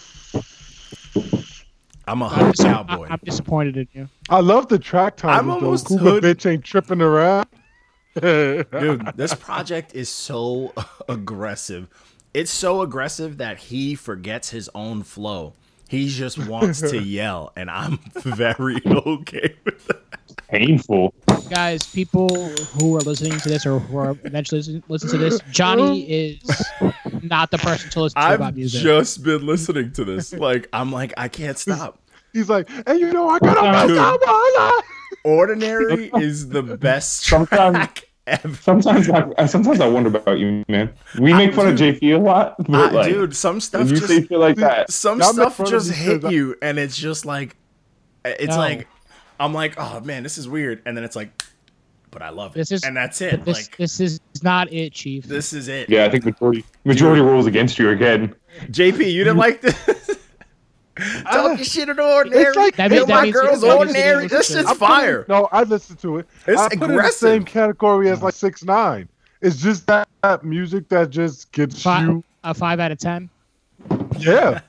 Speaker 5: i'm a
Speaker 2: I'm,
Speaker 5: hood
Speaker 2: dis-
Speaker 5: cowboy
Speaker 2: I, am disappointed in you.
Speaker 3: I love the track time.
Speaker 5: I'm
Speaker 3: though.
Speaker 5: almost
Speaker 3: Cougar
Speaker 5: hood-
Speaker 3: bitch ain't tripping around.
Speaker 5: dude this project is so aggressive it's so aggressive that he forgets his own flow he just wants to yell and i'm very okay with that
Speaker 4: Painful.
Speaker 2: Guys, people who are listening to this or who are eventually listen, listen to this, Johnny is not the person to listen to
Speaker 5: i've
Speaker 2: about music.
Speaker 5: just been listening to this like i'm like i can't stop
Speaker 3: He's like, and you know I got a
Speaker 5: Dude.
Speaker 3: best album. I
Speaker 5: Ordinary is the best
Speaker 4: Sometimes-
Speaker 5: track ever.
Speaker 4: Sometimes I sometimes I wonder about you, man. We make fun of JP a lot, but
Speaker 5: I-
Speaker 4: like,
Speaker 5: dude, some stuff
Speaker 4: if you
Speaker 5: just
Speaker 4: say shit like that,
Speaker 5: some
Speaker 3: Y'all make
Speaker 5: stuff
Speaker 3: fun of
Speaker 5: just
Speaker 3: me
Speaker 5: hit
Speaker 3: 'cause I-
Speaker 5: you, and it's just like eh, it's
Speaker 2: No.
Speaker 5: like I'm like, oh man, this is weird, and then it's like, but I love it,
Speaker 2: This is-
Speaker 5: and that's it.
Speaker 2: this
Speaker 5: like
Speaker 2: this is not it, Chief.
Speaker 5: this is it.
Speaker 4: yeah, I think majority majority rules against you again.
Speaker 5: JP, you didn't like this. Talking shit in ordinary.
Speaker 3: It's like-
Speaker 2: That
Speaker 5: Yo,
Speaker 2: means- that
Speaker 5: my
Speaker 2: means you
Speaker 5: girl's
Speaker 2: didn't listen to
Speaker 5: ordinary.
Speaker 2: the
Speaker 5: This
Speaker 2: episode.
Speaker 5: shit's
Speaker 3: I put it-
Speaker 5: fire.
Speaker 3: no, I listened to it.
Speaker 5: It's
Speaker 3: I put it in the
Speaker 5: aggressive.
Speaker 3: same category as like six nine. It's just that, that music that just gets
Speaker 2: Five,
Speaker 3: you.
Speaker 2: a five out of ten.
Speaker 3: Yeah,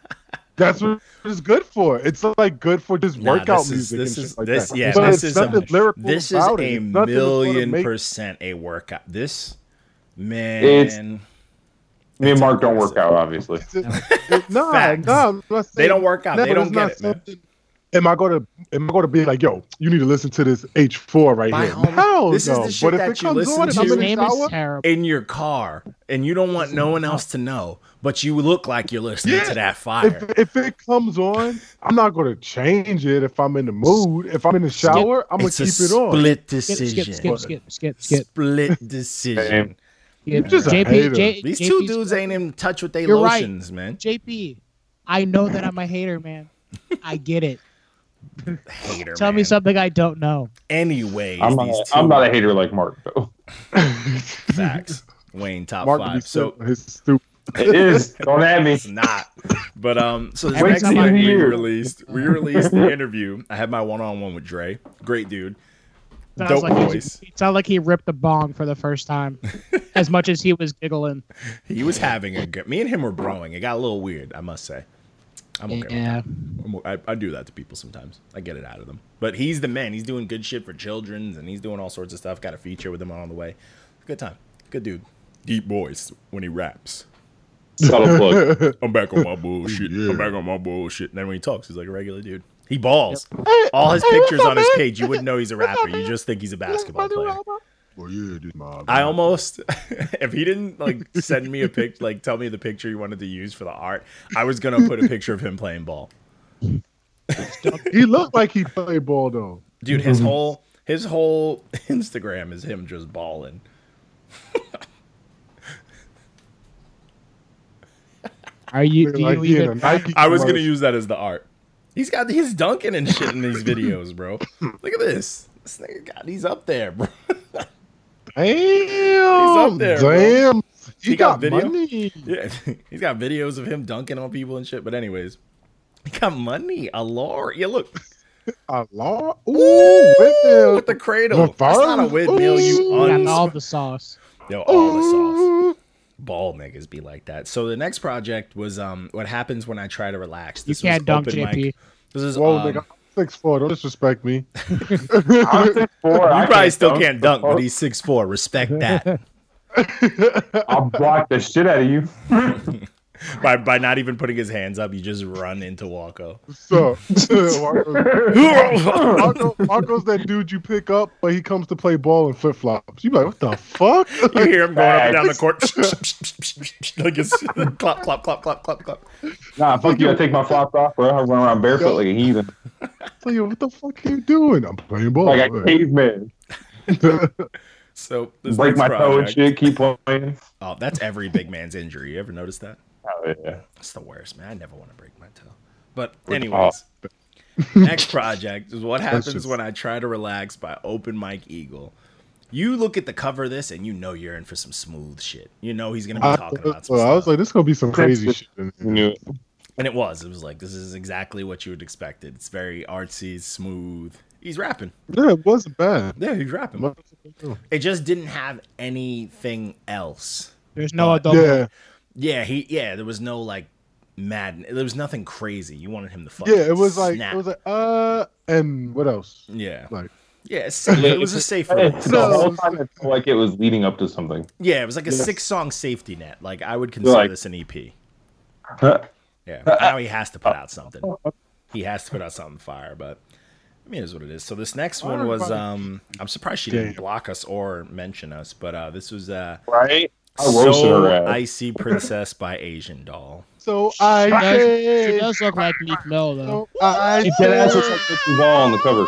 Speaker 3: that's what it's good for. It's like good for just
Speaker 5: Nah,
Speaker 3: workout
Speaker 5: this is-
Speaker 3: music
Speaker 5: this
Speaker 3: and
Speaker 5: is-
Speaker 3: shit like
Speaker 5: this-
Speaker 3: that.
Speaker 5: yeah,
Speaker 3: but
Speaker 5: this
Speaker 3: it's
Speaker 5: is
Speaker 3: nothing
Speaker 5: a-
Speaker 3: lyrical
Speaker 5: This is
Speaker 3: about it.
Speaker 5: a
Speaker 3: It's nothing that's gonna
Speaker 5: million
Speaker 3: make-
Speaker 5: percent a workout. This man,
Speaker 4: Me and Mark don't work out, obviously.
Speaker 3: It's- it- No,
Speaker 5: Facts.
Speaker 3: no, I'm not
Speaker 5: They
Speaker 3: saying-
Speaker 5: don't work out.
Speaker 3: no,
Speaker 5: They
Speaker 3: but
Speaker 5: don't
Speaker 3: it's not
Speaker 5: get it, man.
Speaker 3: something- Am I gonna am I gonna be like, yo, you need to listen to this H four right
Speaker 5: By
Speaker 3: here?
Speaker 5: all means.
Speaker 3: Hell
Speaker 5: This is
Speaker 3: no.
Speaker 5: the shit
Speaker 3: but
Speaker 5: that
Speaker 3: if
Speaker 5: you
Speaker 3: it comes
Speaker 5: listen
Speaker 3: on, if
Speaker 5: to.
Speaker 3: I'm
Speaker 2: His
Speaker 3: in the
Speaker 2: name
Speaker 3: shower,
Speaker 2: is terrible.
Speaker 5: in your car, and you don't want no one else to know, but you look like you're listening
Speaker 3: Yeah.
Speaker 5: to that fire.
Speaker 3: if, if it comes on, I'm not gonna change it. If I'm in the mood, if I'm in the shower, I'm gonna
Speaker 5: it's
Speaker 3: keep
Speaker 5: a
Speaker 3: it on.
Speaker 5: split
Speaker 2: Skip,
Speaker 5: decision.
Speaker 2: skip, skip, skip, skip, skip.
Speaker 5: Split decision.
Speaker 2: skip.
Speaker 3: just a hater.
Speaker 5: These
Speaker 2: JP's
Speaker 5: two dudes ain't in touch with their
Speaker 2: You're right.
Speaker 5: lotions, man.
Speaker 2: JP, I know that I'm a hater, man. I get it.
Speaker 5: Hater,
Speaker 2: Tell me
Speaker 5: man.
Speaker 2: something I don't know.
Speaker 5: Anyways,
Speaker 4: I'm not,
Speaker 5: these
Speaker 4: a,
Speaker 5: two
Speaker 4: I'm not a hater like Mark, though.
Speaker 5: facts. Wayne top
Speaker 3: Mark will be
Speaker 5: five. So
Speaker 3: sitting on his stoop.
Speaker 4: It is. Don't at me.
Speaker 5: It's not. But um, so this
Speaker 2: Every
Speaker 5: next
Speaker 2: time
Speaker 5: night
Speaker 2: I
Speaker 5: we
Speaker 4: hear-
Speaker 5: released, we released the interview. I had my one-on-one with Dre. Great dude.
Speaker 2: Sounds
Speaker 5: Dope
Speaker 2: like he-
Speaker 5: voice.
Speaker 2: It sounded like he ripped the bong for the first time, as much as he was giggling.
Speaker 5: He was having a good. Me and him were broing. It got a little weird, I must say. I'm okay. with
Speaker 2: Yeah.
Speaker 5: I'm- I, I do that to people sometimes. I get it out of them. But he's the man. He's doing good shit for children's and he's doing all sorts of stuff. Got a feature with him on the way. Good time. Good dude. Deep voice when he raps.
Speaker 4: Subtle plug.
Speaker 5: I'm back on my bullshit. Oh, I'm back on my bullshit. And then when he talks, he's like a regular dude. He balls. All his pictures on his page, you wouldn't know he's a rapper. You just think he's a basketball player.
Speaker 3: Well, yeah, dude, my-
Speaker 5: I almost, if he didn't like send me a pic, like tell me the picture he wanted to use for the art, I was gonna put a picture of him playing ball.
Speaker 3: he looked like he played ball though.
Speaker 5: Dude, his whole his whole Instagram is him just balling.
Speaker 2: Are you? Do you
Speaker 3: Like, he in a
Speaker 2: even?
Speaker 3: Nike
Speaker 5: I was gonna
Speaker 3: commercial.
Speaker 5: use that as the art. He's got he's dunking and shit in these videos, bro. Look at this. This nigga got he's up there, bro.
Speaker 3: Damn,
Speaker 5: up there, bro.
Speaker 3: damn. He,
Speaker 5: He got
Speaker 3: got,
Speaker 5: video?
Speaker 3: money.
Speaker 5: Yeah, he's got videos of him dunking on people and shit. But anyways, he got money, a lore. Yeah, look
Speaker 3: A law. Ooh, windmill.
Speaker 5: with the cradle. That's not a windmill, you
Speaker 3: Ooh.
Speaker 2: Got
Speaker 5: uns-
Speaker 2: all the sauce.
Speaker 5: Yo, all the sauce.
Speaker 3: Ooh.
Speaker 5: Ball niggas be like that. So the next project was um, what happens when I try to relax.
Speaker 2: You
Speaker 5: This
Speaker 2: can't
Speaker 5: was
Speaker 2: dunk,
Speaker 5: open mic.
Speaker 2: JP.
Speaker 5: This is
Speaker 3: Whoa,
Speaker 5: um,
Speaker 3: nigga, I'm six four. Don't disrespect me.
Speaker 4: I'm 6'4", I
Speaker 5: You probably
Speaker 4: can't
Speaker 5: still
Speaker 4: dunk.
Speaker 5: can't dunk, but he's six four. Respect that
Speaker 4: I'll block the shit out of you.
Speaker 5: by by not even putting his hands up. You just run into Walko.
Speaker 3: So, Marco, Marco, Marco's that dude you pick up, but he comes to play ball in flip flops. You be like, what the fuck?
Speaker 5: You hear him going up and down the court, like it's clop clop clop clop clop clop.
Speaker 4: Nah, fuck you. I take my flops off, bro. I run around barefoot like a heathen,
Speaker 3: Tell you what the fuck are you doing? I'm playing
Speaker 5: Oh,
Speaker 3: ball.
Speaker 4: like a caveman.
Speaker 5: So this
Speaker 4: Break
Speaker 5: next
Speaker 4: my toe and
Speaker 5: project-
Speaker 4: shit. Keep playing.
Speaker 5: Oh, that's every big man's injury. You ever notice that?
Speaker 4: Oh, yeah.
Speaker 5: That's the worst, man. I never want to break my toe. But anyways, next project is what happens
Speaker 3: just-
Speaker 5: when I try to relax by Open Mike Eagle. You look at the cover of this and you know you're in for some smooth shit. You know he's gonna be
Speaker 3: I,
Speaker 5: talking about some
Speaker 3: well, I
Speaker 5: stuff.
Speaker 3: was like, this is gonna be some crazy shit. in
Speaker 4: You
Speaker 3: here.
Speaker 4: knew it.
Speaker 5: and it was. It was like this is exactly what you would expect. it. It's very artsy, smooth. He's rapping.
Speaker 3: Yeah, it wasn't bad.
Speaker 5: Yeah, he's rapping. It just didn't have anything else.
Speaker 2: There's no adult.
Speaker 3: Yeah,
Speaker 5: Yeah, he yeah, there was no like mad there was nothing crazy. You wanted him to fuck.
Speaker 3: yeah. It was like
Speaker 5: snap.
Speaker 3: it was like uh, and what else?
Speaker 5: yeah.
Speaker 3: Like
Speaker 5: Yeah, it's safe. it was a safe release.
Speaker 4: The
Speaker 3: No.
Speaker 4: whole time it felt like it was leading up to something.
Speaker 5: Yeah, it was like a
Speaker 4: Yes.
Speaker 5: six song safety net. Like I would consider
Speaker 4: Like-
Speaker 5: this an EP.
Speaker 4: Huh.
Speaker 5: Yeah. Now he has to put out something. He has to put out something fire, but I mean it is what it is. So this next one was um I'm surprised she didn't
Speaker 3: Damn.
Speaker 5: block us or mention us, but uh this was uh
Speaker 4: Right? I roasted
Speaker 5: So
Speaker 4: her ass.
Speaker 5: Icy Princess by Asian Doll.
Speaker 3: so I
Speaker 2: She does, she
Speaker 3: did.
Speaker 2: does look like Meek Mill, though.
Speaker 3: So I
Speaker 4: She dead ass
Speaker 3: did.
Speaker 4: looks like Mitzi Wall on the cover.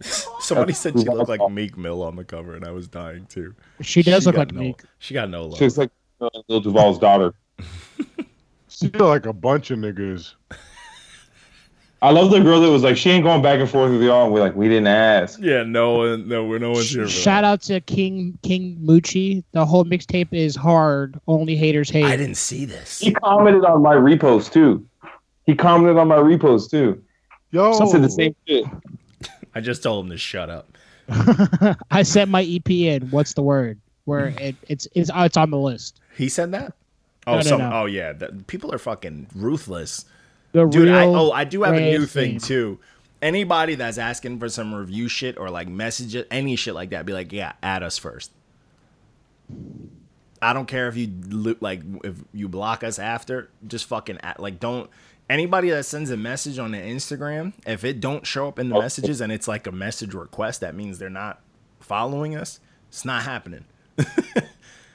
Speaker 5: Somebody said she looked like Meek Mill on the cover, and I was dying too.
Speaker 2: She does look
Speaker 5: got
Speaker 2: like
Speaker 5: no,
Speaker 2: Meek.
Speaker 5: She got no love.
Speaker 4: She looks like uh, Lil Duval's daughter.
Speaker 3: She look like a bunch of niggas.
Speaker 4: I I love the girl that was like, she ain't going back and forth with y'all. And we're like, we didn't ask.
Speaker 5: Yeah, no one, no, we're no one's here. For
Speaker 2: Shout out to King King Mucci. The whole mixtape is hard. Only haters hate.
Speaker 5: I didn't see this.
Speaker 4: He commented on my repost too. He commented on my repost too.
Speaker 3: Yo,
Speaker 4: He said the same shit.
Speaker 5: I just told him to shut up.
Speaker 2: I sent my EP in. What's the word? Where
Speaker 5: Mm.
Speaker 2: it, it's it's uh, it's on the list.
Speaker 5: He said that. Oh,
Speaker 2: No, no,
Speaker 5: some.
Speaker 2: no.
Speaker 5: Oh, yeah. That, people are fucking ruthless.
Speaker 2: The
Speaker 5: Dude,
Speaker 2: real
Speaker 5: I, oh, I do have a new
Speaker 2: Rave
Speaker 5: thing
Speaker 2: Thing.
Speaker 5: too. Anybody that's asking for some review shit or like message it, any shit like that, be like, yeah, add us first. I don't care if you lo- like if you block us after, just fucking add, like don't. Anybody that sends a message on the Instagram, if it don't show up in the messages and it's like a message request, that means they're not following us. It's not happening.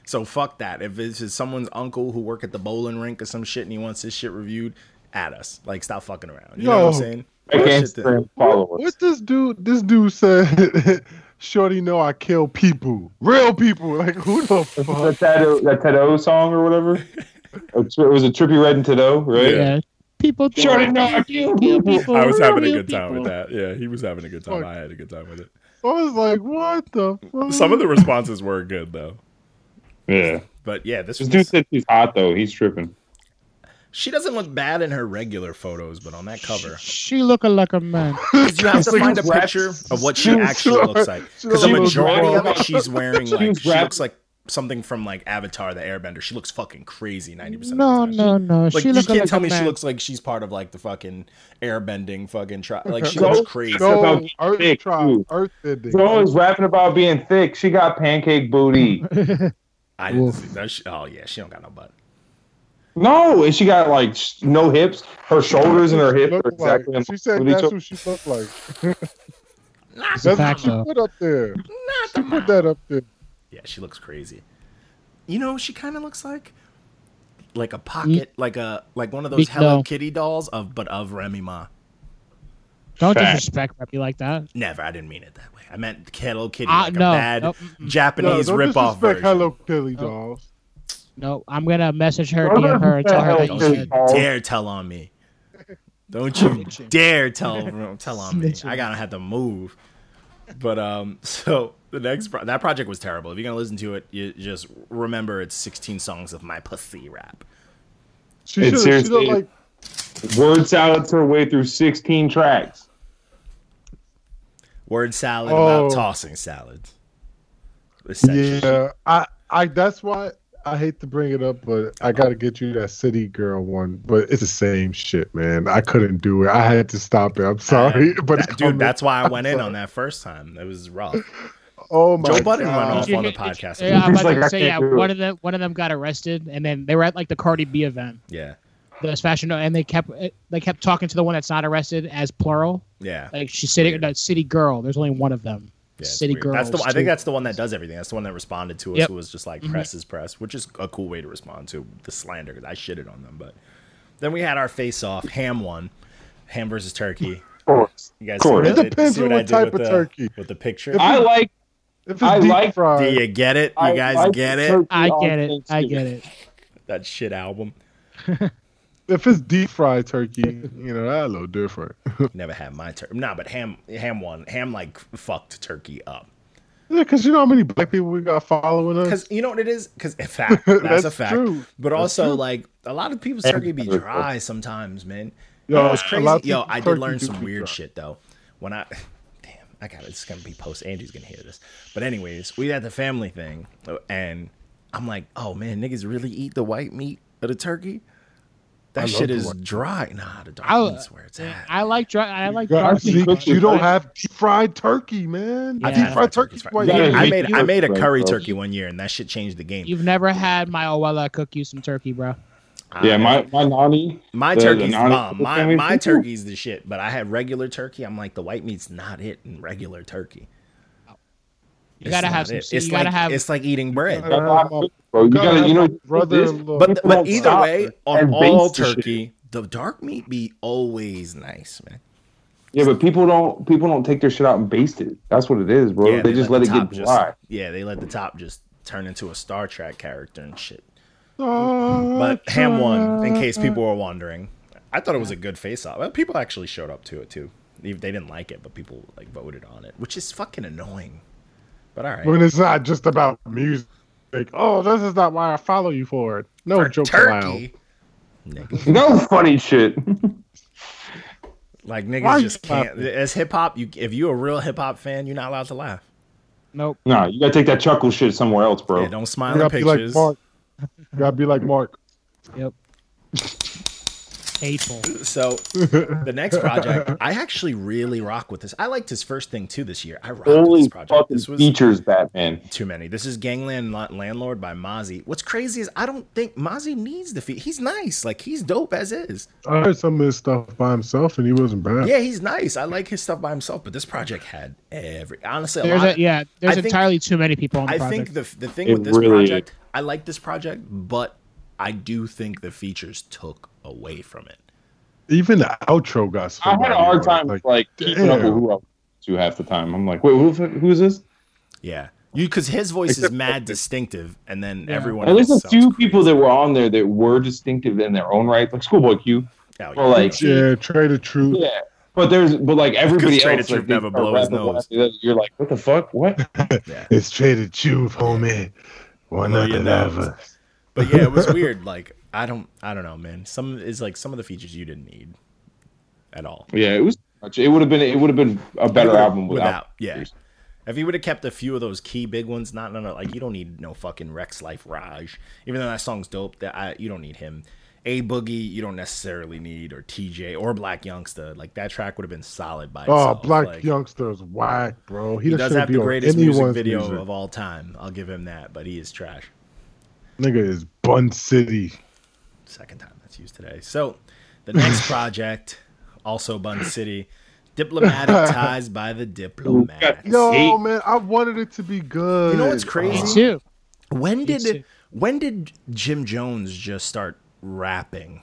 Speaker 5: So fuck that. If it's just someone's uncle who work at the bowling rink or some shit and he wants his shit reviewed, at us. Like stop fucking around. You know what I'm
Speaker 3: Yo.
Speaker 5: saying?
Speaker 4: Like
Speaker 5: That shit that-
Speaker 4: Instagram followers.
Speaker 3: What's this dude? This dude said, "Shorty, know I kill people, real people." Like who the
Speaker 4: That
Speaker 3: fuck?
Speaker 4: Tato, that Tato song or whatever. It was a trippy red and Tato, right?
Speaker 5: Yeah.
Speaker 2: Yeah. People do
Speaker 4: Sure
Speaker 2: it.
Speaker 4: enough,
Speaker 2: Kill people.
Speaker 5: I was
Speaker 2: Real
Speaker 5: having a
Speaker 2: real
Speaker 5: good time with
Speaker 2: people.
Speaker 5: that. Yeah, he was having a good time.
Speaker 3: Fuck.
Speaker 5: I had a good time with it.
Speaker 3: I was like, what the fuck?
Speaker 5: Some of the responses were good though.
Speaker 4: Yeah.
Speaker 5: But yeah, this
Speaker 4: This
Speaker 5: was
Speaker 4: dude said she's hot though. He's tripping.
Speaker 5: she doesn't look bad in her regular photos, but on that cover,
Speaker 2: She looking like a man.
Speaker 5: you have to
Speaker 4: like
Speaker 5: find a
Speaker 4: wrapped-
Speaker 5: picture of what she
Speaker 3: she was
Speaker 5: actually
Speaker 3: wrapped-
Speaker 5: looks like.
Speaker 3: she
Speaker 5: Because the
Speaker 4: was
Speaker 5: majority of
Speaker 4: wrapped-
Speaker 5: it, she's wearing
Speaker 4: She
Speaker 5: like
Speaker 4: was
Speaker 5: she
Speaker 4: wrapped-
Speaker 5: looks like something from like Avatar: The Airbender. She looks fucking crazy ninety percent.
Speaker 2: No,
Speaker 5: of the time.
Speaker 2: no, no.
Speaker 5: Like
Speaker 2: she
Speaker 5: you
Speaker 2: looking
Speaker 5: can't
Speaker 2: like
Speaker 5: tell
Speaker 2: a
Speaker 5: me
Speaker 2: man.
Speaker 5: she looks like she's part of like the fucking airbending fucking tribe. Like she
Speaker 4: Go-
Speaker 5: looks crazy.
Speaker 4: go-
Speaker 3: Go
Speaker 4: about
Speaker 3: Earth
Speaker 4: thick,
Speaker 3: tribe,
Speaker 4: dude.
Speaker 3: Earth did it.
Speaker 4: Tato is rapping about being thick. She got pancake booty.
Speaker 5: I didn't
Speaker 2: Oof.
Speaker 5: see that. She, oh yeah, she don't got no butt.
Speaker 4: No, and she got like sh- no hips. Her shoulders and her hips are
Speaker 3: Looked like.
Speaker 4: exactly. on
Speaker 3: She said
Speaker 4: with each
Speaker 3: that's
Speaker 4: other.
Speaker 3: who she looked like.
Speaker 5: Not
Speaker 3: That's
Speaker 2: fact,
Speaker 3: what she
Speaker 2: though.
Speaker 3: put up there.
Speaker 5: not
Speaker 3: She
Speaker 5: the
Speaker 3: put
Speaker 5: mouth.
Speaker 3: that up there.
Speaker 5: Yeah, she looks crazy. You know, she kind of looks like like a pocket, like a like one of those
Speaker 2: Big
Speaker 5: Hello
Speaker 2: Mm. no.
Speaker 5: Kitty dolls of, but of Remy Ma.
Speaker 2: Don't
Speaker 4: Fact.
Speaker 2: disrespect Reppy like that.
Speaker 5: Never, I didn't mean it that way. I meant Hello Kitty,
Speaker 2: Ah,
Speaker 5: like
Speaker 2: no.
Speaker 5: a bad
Speaker 2: Nope, mm-mm.
Speaker 5: Japanese
Speaker 3: no, don't
Speaker 5: ripoff
Speaker 3: disrespect
Speaker 5: version.
Speaker 3: Hello Kitty
Speaker 4: Oh.
Speaker 3: dolls.
Speaker 2: No, I'm gonna message her,
Speaker 4: Don't
Speaker 2: DM her, and tell her that you
Speaker 4: disrespect
Speaker 5: Don't you
Speaker 2: said.
Speaker 4: Hello Kitty.
Speaker 5: dare tell on me. Don't you
Speaker 2: Snitching.
Speaker 5: dare tell tell on me.
Speaker 2: Snitching.
Speaker 5: I gotta have to move. But um, so the next pro- that project was terrible. If you're gonna listen to it, you just remember it's 16 songs of my pussy rap.
Speaker 3: She
Speaker 4: It
Speaker 3: should have
Speaker 4: seriously-
Speaker 3: like
Speaker 4: Word salads her way through 16 tracks.
Speaker 5: Word salad
Speaker 3: Oh.
Speaker 5: about tossing salads. Essentially.
Speaker 3: Yeah, I, I. That's why I hate to bring it up, but I gotta get you that City Girl one. But it's the same shit, man. I couldn't do it. I had to stop it. I'm sorry, but
Speaker 5: That-
Speaker 3: it's coming.
Speaker 5: dude, that's why I went in on that first time. It was rough.
Speaker 3: oh my
Speaker 5: Joe Budden went
Speaker 3: god.
Speaker 5: off
Speaker 2: Did you
Speaker 5: on the
Speaker 2: hear- did you-
Speaker 5: podcast.
Speaker 2: Yeah, I'm
Speaker 4: He's
Speaker 2: about
Speaker 4: like, I
Speaker 2: to say yeah.
Speaker 4: can't do
Speaker 2: One
Speaker 4: it.
Speaker 2: of them, one of them got arrested, and then they were at like the Cardi B event.
Speaker 5: Yeah,
Speaker 2: This fashion, and they kept eh, they kept talking to the one that's not arrested as plural.
Speaker 5: yeah.
Speaker 2: Like she's city,
Speaker 5: Weird.
Speaker 2: no, city girl. There's only one of them.
Speaker 5: Yeah, it's
Speaker 2: city
Speaker 5: weird.
Speaker 2: girl.
Speaker 5: That's the, I think that's the one that does everything. That's the one that responded to us.
Speaker 2: Yep.
Speaker 5: Who was just like
Speaker 2: Mhm.
Speaker 5: press is press, which is a cool way to respond to the slander. 'cause I shitted on them, but then we had our face off. Ham won. Ham versus turkey.
Speaker 4: Of course.
Speaker 5: You guys,
Speaker 4: Of course.
Speaker 5: see
Speaker 4: It
Speaker 5: what I-
Speaker 3: depends
Speaker 5: see
Speaker 3: on
Speaker 5: I
Speaker 3: what
Speaker 5: did
Speaker 3: type
Speaker 5: with
Speaker 3: of
Speaker 5: the-
Speaker 3: turkey.
Speaker 5: with the picture.
Speaker 3: If
Speaker 4: I like
Speaker 3: If it's
Speaker 4: I
Speaker 3: deep
Speaker 4: like
Speaker 5: Do
Speaker 3: fried,
Speaker 5: you get it? You
Speaker 4: I
Speaker 5: guys
Speaker 4: like
Speaker 5: get it?
Speaker 4: turkey
Speaker 2: I
Speaker 4: on
Speaker 2: get it. I
Speaker 4: Thanksgiving.
Speaker 2: get it.
Speaker 5: That shit album.
Speaker 3: if it's deep fried turkey, you know that's a little different.
Speaker 5: Never had my turkey. Nah, but ham, ham won. Ham like fucked turkey up.
Speaker 3: yeah, because you know how many black people we got following us.
Speaker 5: Because you know what it is? Because in fact, that's,
Speaker 3: Uh, That's
Speaker 5: a fact.
Speaker 3: true.
Speaker 5: But also, like a lot of people's
Speaker 4: And-
Speaker 5: turkey be dry sometimes, man.
Speaker 3: Yo,
Speaker 5: Yo, it's
Speaker 3: a
Speaker 5: crazy.
Speaker 3: lot of
Speaker 5: Yo,
Speaker 3: people's
Speaker 5: I did
Speaker 3: turkey
Speaker 5: learn
Speaker 3: do
Speaker 5: some
Speaker 3: be
Speaker 5: weird
Speaker 3: dry.
Speaker 5: shit though. When I, damn, I got it. It's gonna be post. Andrew's gonna hear this. But anyways, we had the family thing, uh, and I'm like, oh man, niggas really eat the white meat of the turkey. That shit
Speaker 3: the
Speaker 5: is
Speaker 3: white-
Speaker 5: dry. Nah, the dark
Speaker 2: I-
Speaker 5: meat's where it's at.
Speaker 2: I like dry. I like
Speaker 3: God,
Speaker 2: dark meat.
Speaker 3: see,
Speaker 4: cooks
Speaker 3: you
Speaker 4: with
Speaker 3: don't
Speaker 4: turkey.
Speaker 3: have deep fried turkey, man.
Speaker 5: Yeah,
Speaker 3: deep fried turkey's
Speaker 5: turkey's fine.
Speaker 3: white.
Speaker 4: Yeah,
Speaker 5: I
Speaker 4: you-
Speaker 5: made
Speaker 4: you-
Speaker 5: I made a curry
Speaker 4: Right, bro.
Speaker 5: turkey one year, and that shit changed the game.
Speaker 2: You've never had my Owella cook you some turkey, bro.
Speaker 4: Yeah, my, my nanny.
Speaker 5: My
Speaker 4: the- the
Speaker 5: turkey's
Speaker 4: nanny-
Speaker 5: bomb. My
Speaker 4: family-
Speaker 5: my turkey's the shit. But I had regular turkey. I'm like the white meat's not it in regular turkey.
Speaker 2: You gotta have some.
Speaker 5: It's
Speaker 2: see, you
Speaker 5: like
Speaker 2: gotta have.
Speaker 5: it's like eating bread.
Speaker 3: Uh,
Speaker 4: Bro, you gotta, you know, this,
Speaker 3: brother-in-law.
Speaker 5: But
Speaker 4: people
Speaker 5: but
Speaker 4: don't
Speaker 5: either
Speaker 4: stop
Speaker 5: way,
Speaker 4: it
Speaker 5: on
Speaker 4: and
Speaker 5: all
Speaker 4: baste the shit.
Speaker 5: turkey, the dark meat be always nice, man.
Speaker 4: yeah, but people don't people don't take their shit out and baste it. That's what it is, bro. they, just let,
Speaker 5: the
Speaker 4: it
Speaker 5: top
Speaker 4: get
Speaker 5: just-
Speaker 4: dry.
Speaker 5: yeah, they let the top just turn into a Star Trek character and shit.
Speaker 3: but
Speaker 5: But ham won, in case people were wondering. I thought it was a good face off. Well, people actually showed up to it too. They they didn't like it, but people like voted on it, which is fucking annoying. But all right,
Speaker 3: When it's not just about music. Like, oh, this is not why I follow you for it. No
Speaker 5: For
Speaker 3: joke, Lyle.
Speaker 5: turkey. Nigga.
Speaker 4: No funny shit.
Speaker 5: Like
Speaker 3: Why
Speaker 5: niggas
Speaker 3: you
Speaker 5: just can't.
Speaker 3: laughing?
Speaker 5: As hip hop, you if you're a real hip hop fan, you're not allowed to laugh.
Speaker 2: Nope.
Speaker 4: No, you gotta take that chuckle shit somewhere else, bro.
Speaker 5: Yeah, don't
Speaker 3: You
Speaker 5: smile in
Speaker 3: gotta be like
Speaker 5: pictures.
Speaker 3: Mark. You gotta be like Mark.
Speaker 2: Yep. Hateful.
Speaker 5: so the next project, I actually really rock with this. I liked his first thing too this year. I rocked with
Speaker 4: Holy
Speaker 5: this project.
Speaker 4: fucking
Speaker 5: This was
Speaker 4: features, Batman.
Speaker 5: too many. This is Gangland Lo- Landlord by Mozzie. What's crazy is I don't think Mozzie needs the feat. He's nice. Like he's dope as is.
Speaker 3: I heard some of his stuff by himself, and he wasn't bad.
Speaker 5: Yeah, he's nice. I like his stuff by himself, but this project had every honestly a
Speaker 2: There's
Speaker 5: lot.
Speaker 2: a, yeah. There's
Speaker 5: I think-
Speaker 2: entirely too many people on the
Speaker 5: I
Speaker 2: project.
Speaker 5: think the the thing
Speaker 4: It
Speaker 5: with this
Speaker 4: really-
Speaker 5: project, I like this project, but I do think the features took away from it.
Speaker 3: Even the outro got.
Speaker 4: I had a hard
Speaker 3: somebody,
Speaker 4: time like, keeping up with
Speaker 3: damn.
Speaker 4: who I was to half the time. I'm like, wait, who, who's this?
Speaker 5: Yeah, you because his voice is
Speaker 4: Except-
Speaker 5: mad distinctive, and then
Speaker 2: Yeah.
Speaker 5: everyone
Speaker 4: At least
Speaker 5: else
Speaker 4: a
Speaker 5: sounds
Speaker 4: few people that
Speaker 5: crazy.
Speaker 4: were on there that were distinctive in their own right, like Schoolboy Q.
Speaker 5: Oh,
Speaker 4: were like-
Speaker 3: yeah, Trade the Truth.
Speaker 4: Yeah, but there's but like everybody
Speaker 5: Traitor
Speaker 4: else,
Speaker 5: Truth
Speaker 4: like, they
Speaker 5: never
Speaker 4: start
Speaker 5: blow his
Speaker 4: rapping one
Speaker 5: nose.
Speaker 4: after the other. You're like, what the fuck? What?
Speaker 3: It's Trade the Truth, homie. One
Speaker 5: Blow
Speaker 3: of
Speaker 5: your
Speaker 3: the
Speaker 5: nose.
Speaker 3: lovers.
Speaker 5: but yeah, it was weird. Like I don't, I don't know, man. Some is like some of the features you didn't need at all.
Speaker 4: Yeah, it was. It would have been. It would have been a better album without.
Speaker 5: yeah. If you would have kept a few of those key big ones, not no no, like you don't need no fucking Rex Life Raj. Even though that song's dope, that I, you don't need him. A Boogie, you don't necessarily need, or TJ, or Black Youngsta. Like that track would have been solid by
Speaker 3: Oh,
Speaker 5: itself.
Speaker 3: Black
Speaker 5: like,
Speaker 3: Youngster's whack, bro. He,
Speaker 5: He
Speaker 3: does
Speaker 5: does
Speaker 3: should
Speaker 5: have
Speaker 3: be
Speaker 5: the
Speaker 3: on
Speaker 5: greatest music
Speaker 3: anyone's
Speaker 5: video
Speaker 3: music.
Speaker 5: of all time. I'll give him that, but he is trash.
Speaker 3: Nigga is Bun City.
Speaker 5: second time that's used today. So the next project, also Bun City, Diplomatic Ties by the Diplomats.
Speaker 3: Yo,
Speaker 4: Hate.
Speaker 3: man, I wanted it to be good.
Speaker 5: You know what's crazy?
Speaker 2: Me too.
Speaker 5: When did
Speaker 2: too.
Speaker 5: when did Jim Jones just start rapping?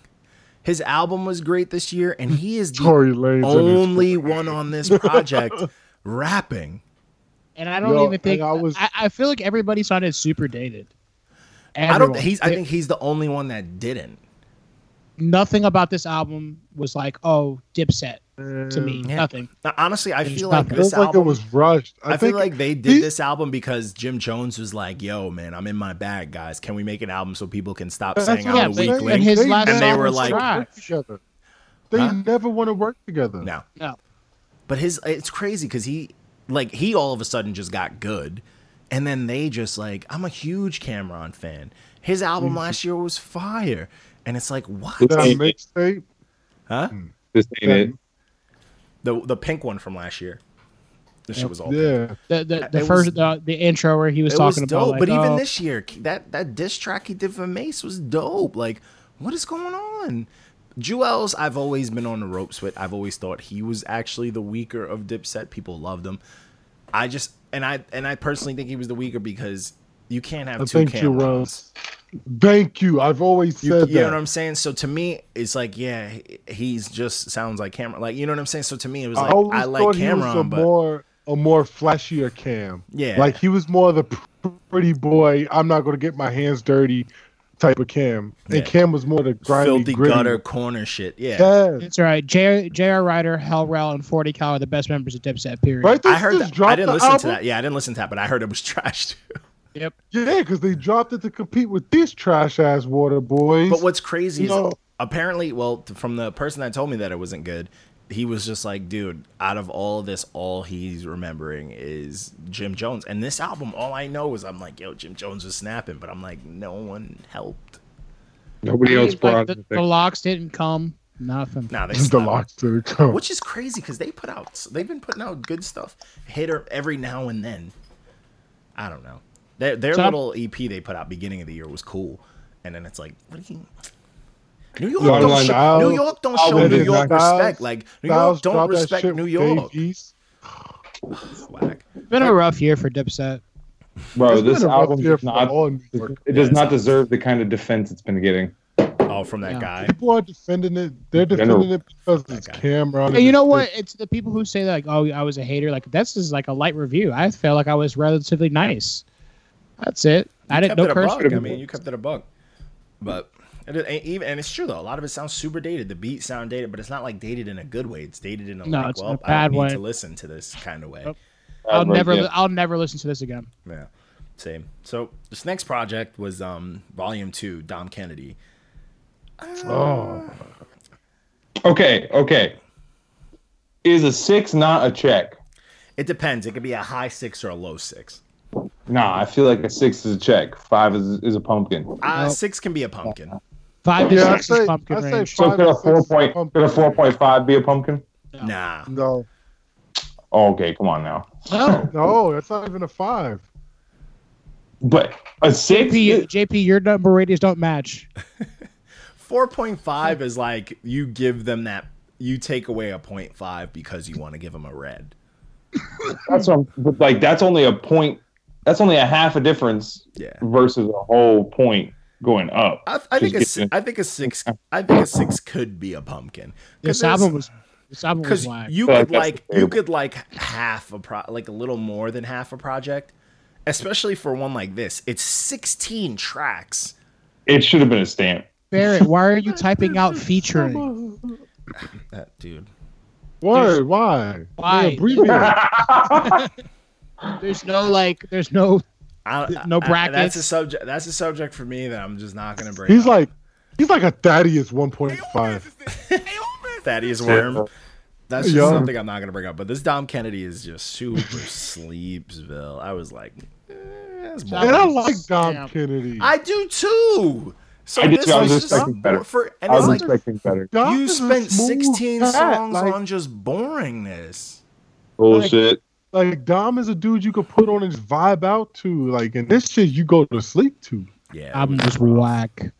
Speaker 5: His album was great this year, and he is the
Speaker 3: Tory Lanez. and his-
Speaker 5: only one on this project rapping.
Speaker 2: And I don't
Speaker 3: Yo,
Speaker 2: even think
Speaker 3: and
Speaker 2: I,
Speaker 3: I was-
Speaker 2: I, feel like everybody sounded super dated.
Speaker 5: I don't.
Speaker 2: Everyone.
Speaker 5: He's. I think he's the only one that didn't.
Speaker 2: nothing about this album was like, oh, Dipset to me.
Speaker 5: Mm, Yeah.
Speaker 2: Nothing.
Speaker 5: Now, honestly, I feel
Speaker 2: not
Speaker 5: like
Speaker 2: good.
Speaker 3: It
Speaker 5: this
Speaker 3: was like
Speaker 5: album
Speaker 3: it was rushed. I,
Speaker 5: I, feel
Speaker 3: think
Speaker 5: like they did
Speaker 3: he-
Speaker 5: this album because Jim Jones was like, "Yo, man, I'm in my bag, guys. Can we make an album so people can stop
Speaker 3: That's
Speaker 5: saying
Speaker 3: what
Speaker 5: I'm
Speaker 2: Yeah,
Speaker 5: a
Speaker 3: I'm
Speaker 2: but-
Speaker 5: weak
Speaker 3: saying.
Speaker 5: link?"
Speaker 2: and his
Speaker 3: They
Speaker 2: last
Speaker 5: And they
Speaker 2: album
Speaker 5: were
Speaker 2: was
Speaker 5: like-
Speaker 2: trash.
Speaker 3: work together. They
Speaker 5: Huh?
Speaker 3: never want to work together.
Speaker 5: No,
Speaker 2: No.
Speaker 5: but his it's crazy because he like he all of a sudden just got good, and then they just like, "I'm a huge Cameron fan. His album last year was fire." And it's like, what?
Speaker 3: That
Speaker 4: Hey.
Speaker 3: mixtape.
Speaker 5: Huh?
Speaker 4: This ain't it.
Speaker 5: The the pink one from last year. This shit was all pink.
Speaker 3: Yeah.
Speaker 2: The the, the
Speaker 5: It
Speaker 2: first
Speaker 5: was-
Speaker 2: the, the intro where he was
Speaker 5: It was
Speaker 2: talking
Speaker 5: dope,
Speaker 2: about like,
Speaker 5: but even
Speaker 2: oh,
Speaker 5: this year, that that diss track he did for Mace was dope. Like, what is going on? Jewels, I've always been on the ropes with. I've always thought he was actually the weaker of Dipset. People loved him. I just and I and I personally think he was the weaker because you can't have
Speaker 3: I
Speaker 5: two
Speaker 3: think you
Speaker 5: cameras.
Speaker 3: Thank you. I've always
Speaker 5: You,
Speaker 3: said
Speaker 5: you know what
Speaker 3: that.
Speaker 5: I'm saying? So to me, it's like, yeah, he- he's just sounds like Cameron. Like, you know what I'm saying? So to me, it was
Speaker 3: I
Speaker 5: like,
Speaker 3: always
Speaker 5: I, like
Speaker 3: thought he was a
Speaker 5: Cameron, but
Speaker 3: more a more flashier Cam.
Speaker 5: Yeah.
Speaker 3: Like he was more the pretty boy. I'm not gonna get my hands dirty type of Cam.
Speaker 5: Yeah.
Speaker 3: And Cam was more the grimy,
Speaker 5: filthy
Speaker 3: gritty.
Speaker 5: gutter corner shit. Yeah.
Speaker 3: Yeah.
Speaker 2: That's right. J. J.R. Ryder, Hell Rel, and 40 Cal are the best members of Dipset, period.
Speaker 3: Right? They
Speaker 5: I heard
Speaker 3: just
Speaker 5: that. I
Speaker 3: dropped
Speaker 5: didn't
Speaker 3: the
Speaker 5: listen to
Speaker 3: album?
Speaker 5: that. Yeah, I didn't listen to that, but I heard it was trash too.
Speaker 2: Yep.
Speaker 3: Yeah, because they dropped it to compete with these trash ass water boys.
Speaker 5: But what's crazy is
Speaker 3: No.
Speaker 5: apparently, well, th- from the person that told me that it wasn't good, he was just like, dude, out of all this, all he's remembering is Jim Jones. And this album, all I know is I'm like, yo, Jim Jones was snapping, but I'm like, no one helped.
Speaker 4: Nobody else
Speaker 2: Like,
Speaker 4: brought
Speaker 2: the, the locks didn't come. Nothing.
Speaker 5: Now nah, they
Speaker 3: This is the
Speaker 5: stopped.
Speaker 3: locks to the come.
Speaker 5: Which is crazy because they put out, they've been putting out good stuff, hitter every now and then. I don't know. Their, their
Speaker 2: So I'm-
Speaker 5: little EP they put out beginning of the year was cool, and then it's like, what do you? New York,
Speaker 3: Bottom
Speaker 5: don't
Speaker 3: line,
Speaker 5: show,
Speaker 3: I'll-
Speaker 5: New York don't
Speaker 4: I'll
Speaker 5: show
Speaker 4: let
Speaker 5: New
Speaker 4: it
Speaker 5: York
Speaker 3: knock out.
Speaker 5: respect. Like New York
Speaker 3: Styles
Speaker 5: don't
Speaker 3: dropped that
Speaker 5: respect
Speaker 3: shit
Speaker 5: New
Speaker 3: with
Speaker 5: York.
Speaker 3: Dave East.
Speaker 5: Whack.
Speaker 2: It's been a rough year for Dipset.
Speaker 4: bro.
Speaker 3: It's been
Speaker 4: This
Speaker 3: a rough
Speaker 4: album
Speaker 3: year
Speaker 4: does
Speaker 3: for
Speaker 4: not.
Speaker 3: all New York.
Speaker 4: It does
Speaker 5: Yeah.
Speaker 4: not deserve the kind of defense it's been getting.
Speaker 5: Oh, from that
Speaker 2: Yeah.
Speaker 5: guy.
Speaker 3: People are defending it. They're
Speaker 4: General.
Speaker 3: defending it because it's
Speaker 5: Okay.
Speaker 3: Cameron.
Speaker 2: And you know what? It's the people who say like, "Oh, I was a hater." Like that's just like a light review. I felt like I was relatively nice. That's it. I
Speaker 5: You
Speaker 2: didn't
Speaker 5: kept
Speaker 2: no
Speaker 5: it a
Speaker 2: curse.
Speaker 5: buck. I mean, you kept it a buck, but It- and even and it's true though. A lot of it sounds super dated. The beat sound dated, but it's not like dated in a good way. It's dated in a
Speaker 2: No,
Speaker 5: like,
Speaker 2: it's in
Speaker 5: well,
Speaker 2: a
Speaker 5: I
Speaker 2: bad
Speaker 5: don't need
Speaker 2: way.
Speaker 5: to listen to this kind of way.
Speaker 2: Yep.
Speaker 4: Uh,
Speaker 2: I'll
Speaker 4: but,
Speaker 2: never,
Speaker 4: yeah.
Speaker 2: li- I'll never listen to this again.
Speaker 5: Yeah, same. So this next project was um Volume Two, Dom Kennedy.
Speaker 3: Oh,
Speaker 4: Okay, okay. Is a six not a check?
Speaker 5: It depends. It could be a high six or a low six.
Speaker 4: Nah, I feel like a six is a check. Five is is a pumpkin.
Speaker 5: Uh,
Speaker 2: Nope.
Speaker 5: Six can be a pumpkin.
Speaker 2: Five to
Speaker 3: Yeah, I'd
Speaker 2: six is
Speaker 3: say-
Speaker 2: pumpkin
Speaker 3: I'd say
Speaker 2: range.
Speaker 4: So
Speaker 3: Five
Speaker 4: could
Speaker 3: or
Speaker 4: a
Speaker 3: six
Speaker 4: four
Speaker 3: is a
Speaker 4: point
Speaker 3: pumpkin.
Speaker 4: could a four point five be a pumpkin?
Speaker 5: Nah.
Speaker 3: no,
Speaker 4: Oh, okay, come on now.
Speaker 2: No,
Speaker 3: no, that's not even a five.
Speaker 4: But a six
Speaker 2: JP, JP, your number radius don't match.
Speaker 5: 4.5 is like you give them that you take away a 0.5 because you want to give them a red.
Speaker 4: that's what I'm- but like that's only a point that's only a half a difference
Speaker 5: Yeah.
Speaker 4: versus a whole point going up.
Speaker 5: I, I think a
Speaker 4: Just
Speaker 5: si-
Speaker 4: give
Speaker 5: I think a 6 I think a 6 could be a pumpkin.
Speaker 2: This album was, this album was
Speaker 5: cuz
Speaker 2: whack.
Speaker 5: you
Speaker 4: Well, I
Speaker 5: could
Speaker 4: guess
Speaker 5: like
Speaker 4: it's
Speaker 5: you
Speaker 4: debatable.
Speaker 5: could like half a pro like a little more than half a project, especially for one like this. It's 16 tracks.
Speaker 4: It should have been a stamp.
Speaker 2: Barrett, why are you typing out featuring?
Speaker 5: That dude.
Speaker 3: Word, why?
Speaker 2: Why?
Speaker 3: Abbreviate.
Speaker 2: There's no like, there's no.
Speaker 5: I,
Speaker 2: No
Speaker 5: I- that's
Speaker 2: brackets.
Speaker 5: a subject that's a subject for me that I'm just not going to bring.
Speaker 3: He's
Speaker 5: up.
Speaker 3: like, he's like a Thaddeus 1.5.
Speaker 5: Thaddeus Worm. That's just
Speaker 3: Yeah.
Speaker 5: something I'm not gonna bring up. But this Dom Kennedy is just super sleepsville. I was like, eh, that's
Speaker 3: And I
Speaker 5: boring.
Speaker 3: like Dom
Speaker 2: Damn.
Speaker 3: Kennedy.
Speaker 5: I do too. So
Speaker 4: I did
Speaker 5: this
Speaker 4: too. I was
Speaker 5: was just
Speaker 4: expecting better.
Speaker 5: for and
Speaker 4: I
Speaker 5: it's
Speaker 4: was
Speaker 5: like
Speaker 4: expecting better.
Speaker 3: Dom
Speaker 5: you
Speaker 3: is a
Speaker 5: spent
Speaker 3: smooth
Speaker 5: 16
Speaker 3: cat,
Speaker 5: songs
Speaker 3: like-
Speaker 5: on just boringness.
Speaker 4: Bullshit.
Speaker 3: Like Dom is a dude you could put on and just vibe out to. Like, and this shit you go to sleep to.
Speaker 5: Yeah. it
Speaker 2: Album
Speaker 5: was
Speaker 2: was
Speaker 5: rough.
Speaker 2: whack.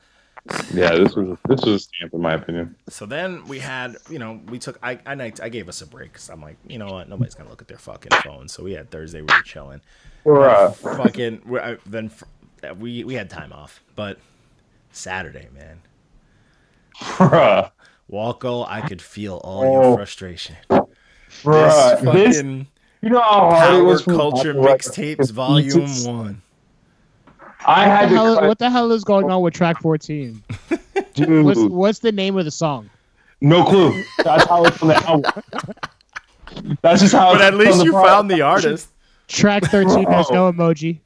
Speaker 4: Yeah, this was this was a stamp in my opinion.
Speaker 5: So then we had, you know, we took I I, night, I gave us a break because I'm like, you know what, nobody's gonna look at their fucking phone. So we had Thursday, we were chilling.
Speaker 4: Or uh,
Speaker 5: fucking we I, then fr- uh, we we had time off, but Saturday, man,
Speaker 4: bruh,
Speaker 5: Walko, I could feel all your
Speaker 4: Oh.
Speaker 5: frustration.
Speaker 4: bruh, this,
Speaker 5: this fucking
Speaker 4: you know how hard it
Speaker 5: Power
Speaker 4: was for me
Speaker 5: Culture
Speaker 4: to write-
Speaker 5: mixtapes, volume
Speaker 4: It's-
Speaker 5: one.
Speaker 2: What
Speaker 4: I had
Speaker 2: the,
Speaker 4: to
Speaker 2: hell,
Speaker 4: cut,
Speaker 2: what the hell is going on with track 14?
Speaker 4: dude,
Speaker 2: What's, what's the name of the song?
Speaker 4: no clue. That's how it's on the album. That's just how.
Speaker 5: But
Speaker 4: it's
Speaker 5: at
Speaker 4: on
Speaker 5: least
Speaker 4: the
Speaker 5: you
Speaker 4: pro-
Speaker 5: found the artist.
Speaker 2: Track 13 has no emoji.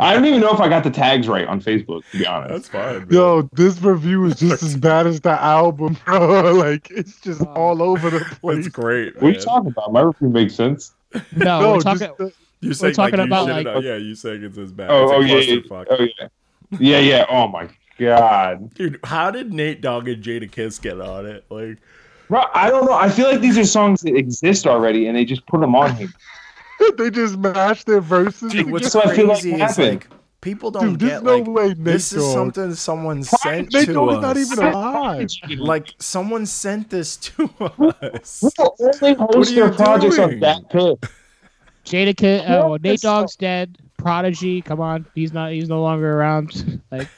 Speaker 4: I don't even know if I got the tags right on Facebook. To be honest,
Speaker 5: fine.
Speaker 3: Yo, this review is just as bad as the album, bro. Like, it's just all over the place.
Speaker 5: great.
Speaker 4: What are you talking about? My review makes sense.
Speaker 2: No,
Speaker 3: No,
Speaker 2: Oh, we're
Speaker 3: just
Speaker 4: uh,
Speaker 2: talking.
Speaker 3: the-
Speaker 5: You're
Speaker 2: saying, like, talking you about, shouldn't like-
Speaker 5: yeah, you saying it's as bad.
Speaker 4: Oh, oh yeah, yeah, oh yeah, yeah, yeah. Oh my god,
Speaker 5: Dude, how did Nate Dogg and Jada Kiss get on it? Like,
Speaker 4: bro. I don't know. I feel like these are songs that exist already, and they just put them on here.
Speaker 3: they just mashed their verses.
Speaker 5: dude, what's
Speaker 4: That's what I feel like
Speaker 5: crazy is
Speaker 4: happened.
Speaker 5: like people don't
Speaker 3: Dude, there's
Speaker 5: get
Speaker 3: no
Speaker 5: like
Speaker 3: way Nate
Speaker 5: this is
Speaker 3: Dogg-
Speaker 5: something someone sent
Speaker 3: Nate
Speaker 5: to
Speaker 3: Dogg is
Speaker 5: us.
Speaker 3: not even alive.
Speaker 5: Like someone sent this to us.
Speaker 4: People only host
Speaker 5: are
Speaker 4: their
Speaker 5: you
Speaker 4: projects
Speaker 5: doing?
Speaker 4: on that pit.
Speaker 2: Jada Kid,
Speaker 4: What
Speaker 2: oh, well, Nate
Speaker 4: is so-
Speaker 2: Dogg's dead. Prodigy, come on, he's not, he's no longer around. Like,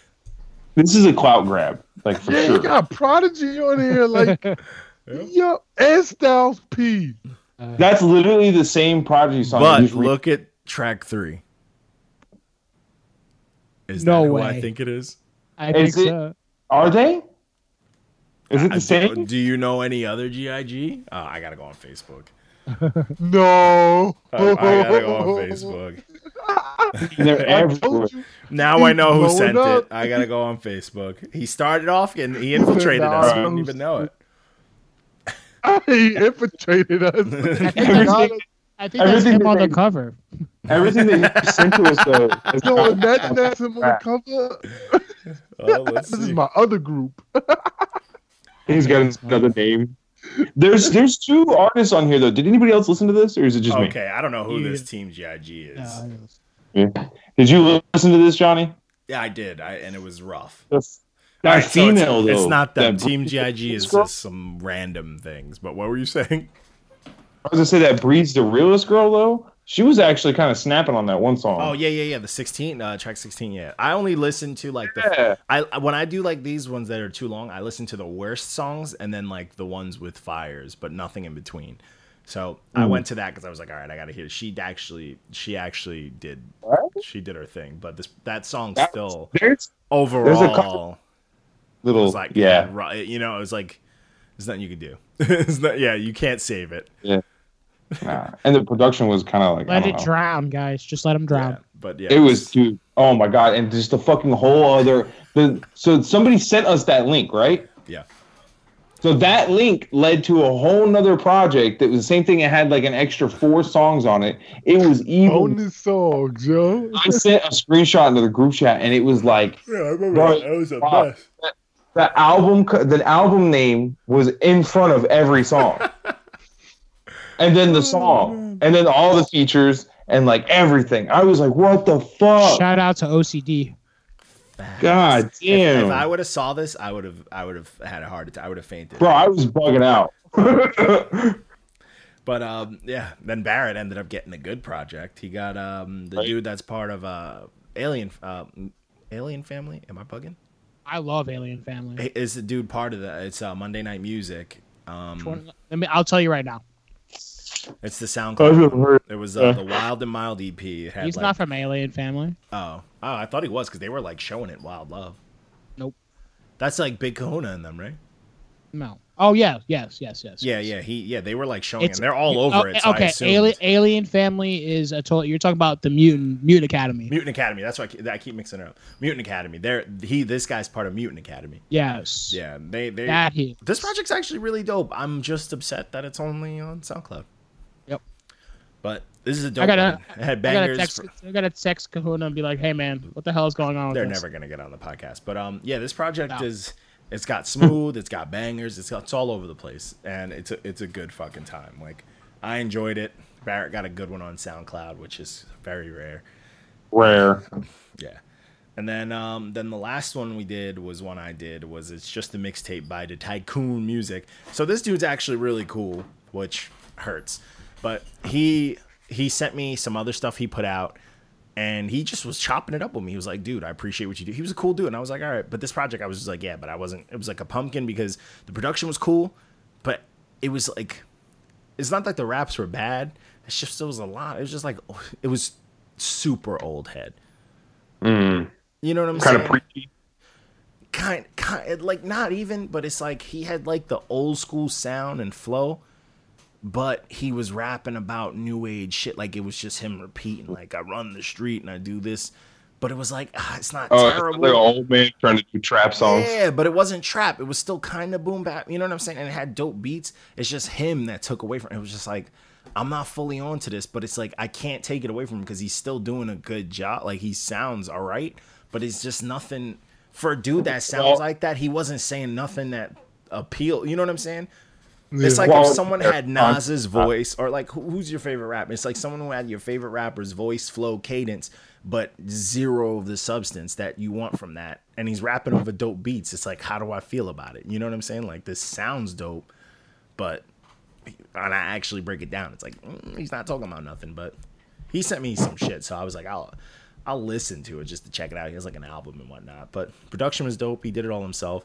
Speaker 4: This is a clout grab, like for
Speaker 3: Yeah,
Speaker 4: sure.
Speaker 3: you got Prodigy on here, like yo, and Styles P.
Speaker 4: That's literally the same Prodigy song. you
Speaker 5: But
Speaker 4: just re-
Speaker 5: look at track three. Is
Speaker 2: No
Speaker 5: that who I
Speaker 2: way.
Speaker 5: think it is?
Speaker 2: I
Speaker 4: Is
Speaker 2: think
Speaker 4: it-
Speaker 2: so.
Speaker 4: are they? Is it
Speaker 5: I
Speaker 4: the
Speaker 5: do-
Speaker 4: same?
Speaker 5: Do you know any other GIG? Oh, I gotta go on Facebook.
Speaker 3: No,
Speaker 5: I, I gotta go on Facebook.
Speaker 4: They're
Speaker 3: I
Speaker 4: everywhere.
Speaker 3: told you,
Speaker 5: Now I know who
Speaker 3: Blowing
Speaker 5: sent it.
Speaker 3: up.
Speaker 5: I gotta go on Facebook. He started off and he infiltrated us. We didn't even know it.
Speaker 3: he infiltrated
Speaker 2: I
Speaker 3: us.
Speaker 2: think that's,
Speaker 4: Everything-
Speaker 2: I think that's
Speaker 4: everything
Speaker 2: him on the
Speaker 4: that-
Speaker 2: cover.
Speaker 4: Everything that you sent to us though. is
Speaker 3: Yo,
Speaker 4: not-
Speaker 3: imagine that's him on the cover.
Speaker 5: Oh, let's
Speaker 3: This is
Speaker 5: see.
Speaker 3: my other group.
Speaker 4: He's got another name. There's there's two artists on here though. Did anybody else listen to this, or is it just
Speaker 5: Okay, I don't know who this
Speaker 2: Yeah.
Speaker 5: team GIG is.
Speaker 2: No,
Speaker 4: me? Yeah. Did you listen to this, Johnny?
Speaker 5: Yeah, I did. I and it was rough.
Speaker 4: That's
Speaker 5: All
Speaker 4: that
Speaker 5: right, so it's-
Speaker 4: female
Speaker 5: it's,
Speaker 4: though.
Speaker 5: not them.
Speaker 4: That-
Speaker 5: Team GIG is
Speaker 4: girl?
Speaker 5: just some random things. But what were you saying?
Speaker 4: I was gonna say that breeds the realest girl though. She was actually kind of snapping on that one song.
Speaker 5: Oh yeah, yeah, yeah. The sixteen, uh, track sixteen. Yeah, I only listen to like the.
Speaker 4: Yeah.
Speaker 5: I when I do like these ones that are too long, I listen to the worst songs and then like the ones with fires, but nothing in between. So I went to that because I was like, all right, I gotta hear. She actually, she actually did.
Speaker 4: What?
Speaker 5: She did her thing, but this that song
Speaker 4: That-
Speaker 5: still
Speaker 4: There's
Speaker 5: overall.
Speaker 4: there's a couple-
Speaker 5: It
Speaker 4: little
Speaker 5: was like,
Speaker 4: yeah,
Speaker 5: ru- you know, it was like, there's nothing you can do. It's not- yeah, you can't save it.
Speaker 4: nah. and the production was kind of like I
Speaker 2: Let
Speaker 4: don't
Speaker 2: it
Speaker 4: know.
Speaker 2: drown, guys. Just let him drown.
Speaker 5: Yeah, but yeah,
Speaker 4: It was dude. Oh my god! And just the fucking whole other. The so somebody sent us that link, right?
Speaker 5: Yeah.
Speaker 4: So that link led to a whole nother project that was the same thing. It had like an extra four songs on it. It
Speaker 5: Oh,
Speaker 4: was even.
Speaker 3: Bonus songs, yo.
Speaker 4: I sent a screenshot into the group chat, and it was like
Speaker 5: Yeah, I remember
Speaker 4: Bro,
Speaker 5: that. That was a
Speaker 4: wow.
Speaker 5: mess.
Speaker 4: the album. co- The album name was in front of every song, and then the song, and then all the features, and like everything. I was like, "What the fuck?
Speaker 2: Shout out to OCD.
Speaker 4: God
Speaker 5: If- If,
Speaker 4: damn!"
Speaker 5: I would have saw this, I would have, I would have had a heart attack. I would have fainted.
Speaker 4: Bro, I was bugging out.
Speaker 5: But um, yeah, then Barrett ended up getting a good project. He got um the
Speaker 4: Right.
Speaker 5: dude that's part of uh Alien uh, Alien Family. Am I bugging?
Speaker 2: I love Alien Family.
Speaker 5: Hey, Is the dude part of the? It's uh, Monday Night Music.
Speaker 2: Which
Speaker 5: Um,
Speaker 2: one- Let me, I'll tell you right now.
Speaker 5: it's the SoundCloud.
Speaker 3: Oh,
Speaker 4: heard.
Speaker 5: It was uh,
Speaker 4: Yeah.
Speaker 5: the Wild and Mild EP. It had,
Speaker 2: He's
Speaker 5: like-
Speaker 2: not from Alien Family.
Speaker 5: Oh, oh, I thought he was because they were like showing it Wild Love.
Speaker 2: Nope.
Speaker 5: That's like Big Kahuna in them, right?
Speaker 2: No. Oh yeah, yes, yes, yes.
Speaker 5: Yeah,
Speaker 2: yes.
Speaker 5: yeah, he, yeah, they were like showing
Speaker 2: It's-
Speaker 5: it. They're all over
Speaker 2: Oh,
Speaker 5: it. So I
Speaker 2: okay,
Speaker 5: assumed.
Speaker 2: Alien, Alien Family is a total. You're talking about the mutant mutant academy.
Speaker 5: Mutant Academy. That's why I keep, I keep mixing it up. Mutant Academy. They're he. This guy's part of Mutant Academy.
Speaker 2: yes.
Speaker 5: Yeah, they they.
Speaker 2: That he.
Speaker 5: This project's actually really dope. I'm just upset that it's only on SoundCloud.
Speaker 2: Yep.
Speaker 5: But this is a dope.
Speaker 2: I gotta-
Speaker 5: one. It had
Speaker 2: I gotta
Speaker 5: bangers.
Speaker 2: text.
Speaker 5: for-
Speaker 2: I gotta text Kahuna and be like, "Hey man, what the hell is going on?" With
Speaker 5: they're
Speaker 2: this?
Speaker 5: never gonna get on the podcast. But um, yeah, this project
Speaker 2: No.
Speaker 5: is it's got smooth, it's got bangers, it's got, it's all over the place, and it's a it's a good fucking time. Like I enjoyed it. Barrett got a good one on SoundCloud, which is very rare.
Speaker 4: Rare.
Speaker 5: Yeah. And then um, then the last one we did was one I did was it's just a mixtape by the Tycoon Music. So this dude's actually really cool, which hurts. But he he sent me some other stuff he put out and he just was chopping it up with me. He was like, dude, I appreciate what you do. He was a cool dude. And I was like, all right, but this project I was just like, yeah, but I wasn't it was like a pumpkin because the production was cool, but it was like it's not like the raps were bad. It's just it was a lot. It was just like it was super old head. You know what I'm
Speaker 4: Kind
Speaker 5: saying?
Speaker 4: of preachy.
Speaker 5: kind, kind like not even, but it's like he had like the old school sound and flow, but he was rapping about new age shit. Like it was just him repeating, like I run the street and I do this, but it was like ah, it's not
Speaker 4: Oh, it's
Speaker 5: terrible.
Speaker 4: like an old man trying to do trap songs.
Speaker 5: Yeah, but it wasn't trap. It was still kind of boom bap. You know what I'm saying? And it had dope beats. It's just him that took away from. It was just like I'm not fully on to this, but it's like I can't take it away from him because he's still doing a good job. Like he sounds all right, but it's just nothing for a dude that sounds
Speaker 4: Well-
Speaker 5: like that. He wasn't saying nothing that appeal. You know what I'm saying?
Speaker 3: Yeah.
Speaker 5: It's like
Speaker 4: Well,
Speaker 5: if someone had
Speaker 4: uh,
Speaker 5: Nas's voice, or like who, who's your favorite rapper? It's like someone who had your favorite rapper's voice, flow, cadence, but zero of the substance that you want from that. And he's rapping over dope beats. It's like, how do I feel about it? You know what I'm saying? Like this sounds dope, but and I actually break it down. It's like mm, he's not talking about nothing. But he sent me some shit, so I was like, I'll I'll listen to it just to check it out. He has like an album and whatnot. But production was dope. He did it all himself.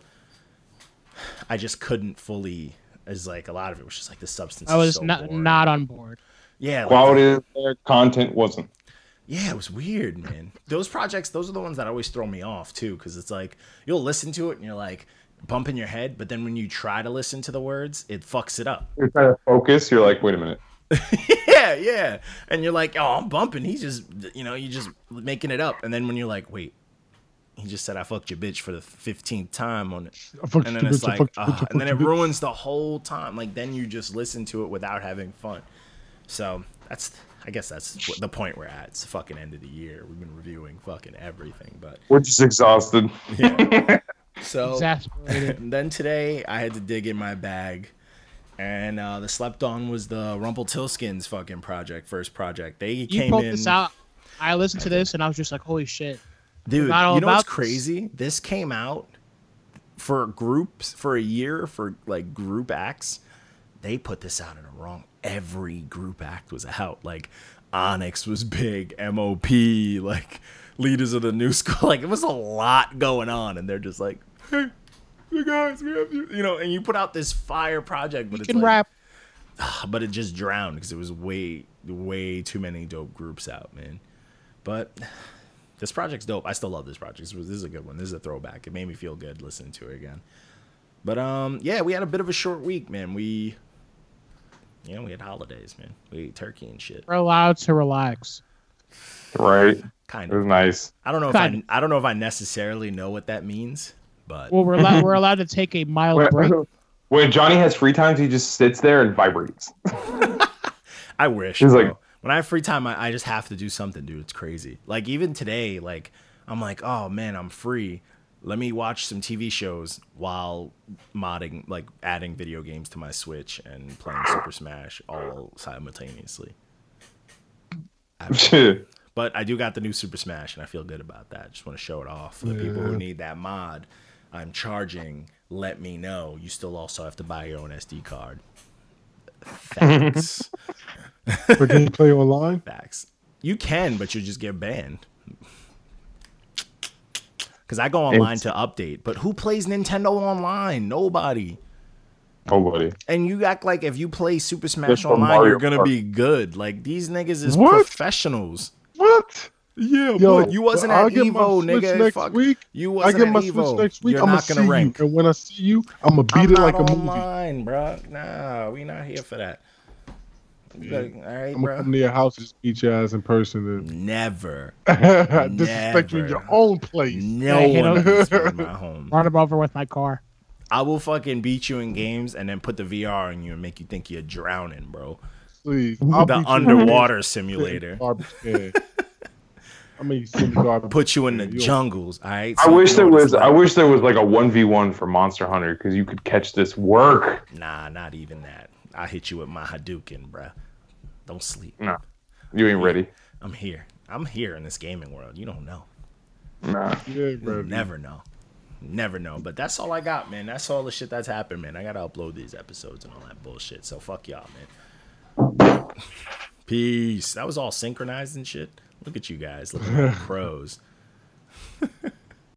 Speaker 5: I just couldn't fully. Is like a lot of it was just like the substance.
Speaker 2: I
Speaker 5: is
Speaker 2: was
Speaker 5: so
Speaker 2: not
Speaker 5: boring.
Speaker 2: not on board.
Speaker 5: yeah like-
Speaker 4: Quality of their content wasn't.
Speaker 5: yeah, it was weird, man. Those projects, those are the ones that always throw me off too, because it's like you'll listen to it and you're like bumping your head, but then when you try to listen to the words, it fucks it up.
Speaker 4: You're trying to focus. You're like, wait a minute.
Speaker 5: yeah, yeah. And you're like, oh, I'm bumping. He's just, you know, you're just making it up. And then when you're like, wait, he just said I fucked your bitch for the fifteenth time on it,
Speaker 3: I fucked
Speaker 5: and
Speaker 3: your
Speaker 5: then it's
Speaker 3: bitch, I
Speaker 5: like,
Speaker 3: fucked your bitch,
Speaker 5: ugh,
Speaker 3: I
Speaker 5: and then it
Speaker 3: fucked your
Speaker 5: ruins the whole time. Like then you just listen to it without having fun. So that's, I guess that's what the point we're at. It's the fucking end of the year. We've been reviewing fucking everything, but
Speaker 4: We're just exhausted.
Speaker 5: yeah. so
Speaker 2: Exasperated.
Speaker 5: and then today I had to dig in my bag, and uh, the slept on was the Rumpeltilskins fucking project, first project. They
Speaker 2: You
Speaker 5: came
Speaker 2: pulled
Speaker 5: in,
Speaker 2: this out. I listened to this and I was just like, "Holy shit!"
Speaker 5: dude. You
Speaker 2: not all
Speaker 5: know what's
Speaker 2: about this.
Speaker 5: crazy? This came out for groups for a year for like group acts. They put this out in a wrong. Every group act was out. Like Onyx was big, MOP, like leaders of the new school. Like it was a lot going on, and they're just like, hey. You guys, we have you, you know, and you put out this fire project, but
Speaker 2: You
Speaker 5: it's
Speaker 2: can
Speaker 5: like,
Speaker 2: rap.
Speaker 5: but it just drowned because it was way way too many dope groups out man but This project's dope. I still love this project. This was- this is a good one. This is a throwback. It made me feel good listening to it again. But um, yeah, we had a bit of a short week, man. We, you know, we had holidays, man. We ate turkey and shit.
Speaker 2: We're allowed to relax.
Speaker 4: Right.
Speaker 5: Kind
Speaker 4: It
Speaker 5: of.
Speaker 4: was nice.
Speaker 5: I don't know if I,
Speaker 2: Kind
Speaker 5: I don't know if I necessarily know what that means, but
Speaker 2: Well, we're allowed, we're allowed to take a mild break.
Speaker 4: When, when Johnny has free times, he just sits there and vibrates.
Speaker 5: I wish.
Speaker 4: He's
Speaker 5: bro.
Speaker 4: like-
Speaker 5: when I have free time, I, I just have to do something, dude. It's crazy. Like even today, like I'm like, oh man, I'm free. Let me watch some TV shows while modding, like adding video games to my Switch and playing Super Smash all simultaneously. But I do got the new Super Smash, and I feel good about that. Just want to show it off for the people who need that mod. I'm charging. Let me know. You still also have to buy your own SD card. Thanks.
Speaker 3: For gameplay online?
Speaker 5: Facts. You can, but you just get banned. Because I go online to update, but who plays Nintendo online? Nobody.
Speaker 4: Nobody.
Speaker 5: And you act like if you play Super
Speaker 4: Just
Speaker 5: Smash
Speaker 4: for
Speaker 5: Online,
Speaker 4: Mario
Speaker 5: you're gonna
Speaker 4: Kart.
Speaker 5: be good. Like these niggas is
Speaker 3: What?
Speaker 5: professionals.
Speaker 3: What? Yeah,
Speaker 5: Yo,
Speaker 3: boy,
Speaker 5: you wasn't at
Speaker 3: I'll get my
Speaker 5: Evo,
Speaker 3: Switch
Speaker 5: nigga.
Speaker 3: Next
Speaker 5: Fuck.
Speaker 3: week.
Speaker 5: You
Speaker 3: I
Speaker 5: wasn't
Speaker 3: get my
Speaker 5: at Evo.
Speaker 3: Switch next week.
Speaker 5: You're
Speaker 3: I'm gonna
Speaker 5: not
Speaker 3: see
Speaker 5: gonna rank.
Speaker 3: you, and when I see you, I'm gonna
Speaker 5: I'm
Speaker 3: beat it
Speaker 5: not
Speaker 3: like a movie.
Speaker 5: online, bro. Nah, we not here for that. Like, all right,
Speaker 3: I'm gonna come
Speaker 5: bro.
Speaker 3: to your house and just beat your ass in person
Speaker 5: Never,
Speaker 3: and disrespect you in your
Speaker 5: Never.
Speaker 3: own place.
Speaker 5: no
Speaker 2: hit
Speaker 5: one
Speaker 2: him.
Speaker 5: has been in my home.
Speaker 2: Run him over with my car.
Speaker 5: I will fucking beat you in games and then put the VR on you and make you think you're drowning, bro.
Speaker 3: Please, I'll
Speaker 5: The
Speaker 3: beat you in your
Speaker 5: underwater
Speaker 3: ass in the
Speaker 5: simulator.
Speaker 3: Garbage can. I mean, send the garbage.
Speaker 5: Put you in the
Speaker 3: Yeah, you-
Speaker 5: jungles, all right?
Speaker 4: I
Speaker 5: So
Speaker 4: wish
Speaker 5: you
Speaker 4: there
Speaker 5: know what
Speaker 4: was.
Speaker 5: it's
Speaker 4: I
Speaker 5: like.
Speaker 4: wish there was like a one v one for Monster Hunter because you could catch this work.
Speaker 5: Nah, not even that. I hit you with my Hadouken, bruh. Don't sleep.
Speaker 4: No, you ain't ready.
Speaker 5: I'm here. I'm here in this gaming world. You don't know.
Speaker 4: Nah.
Speaker 3: Yeah, bro.
Speaker 5: You'll never know. Never know. But that's all I got, man. That's all the shit that's happened, man. I gotta upload these episodes and all that bullshit. So fuck y'all, man. Peace. That was all synchronized and shit. Look at you guys looking like pros.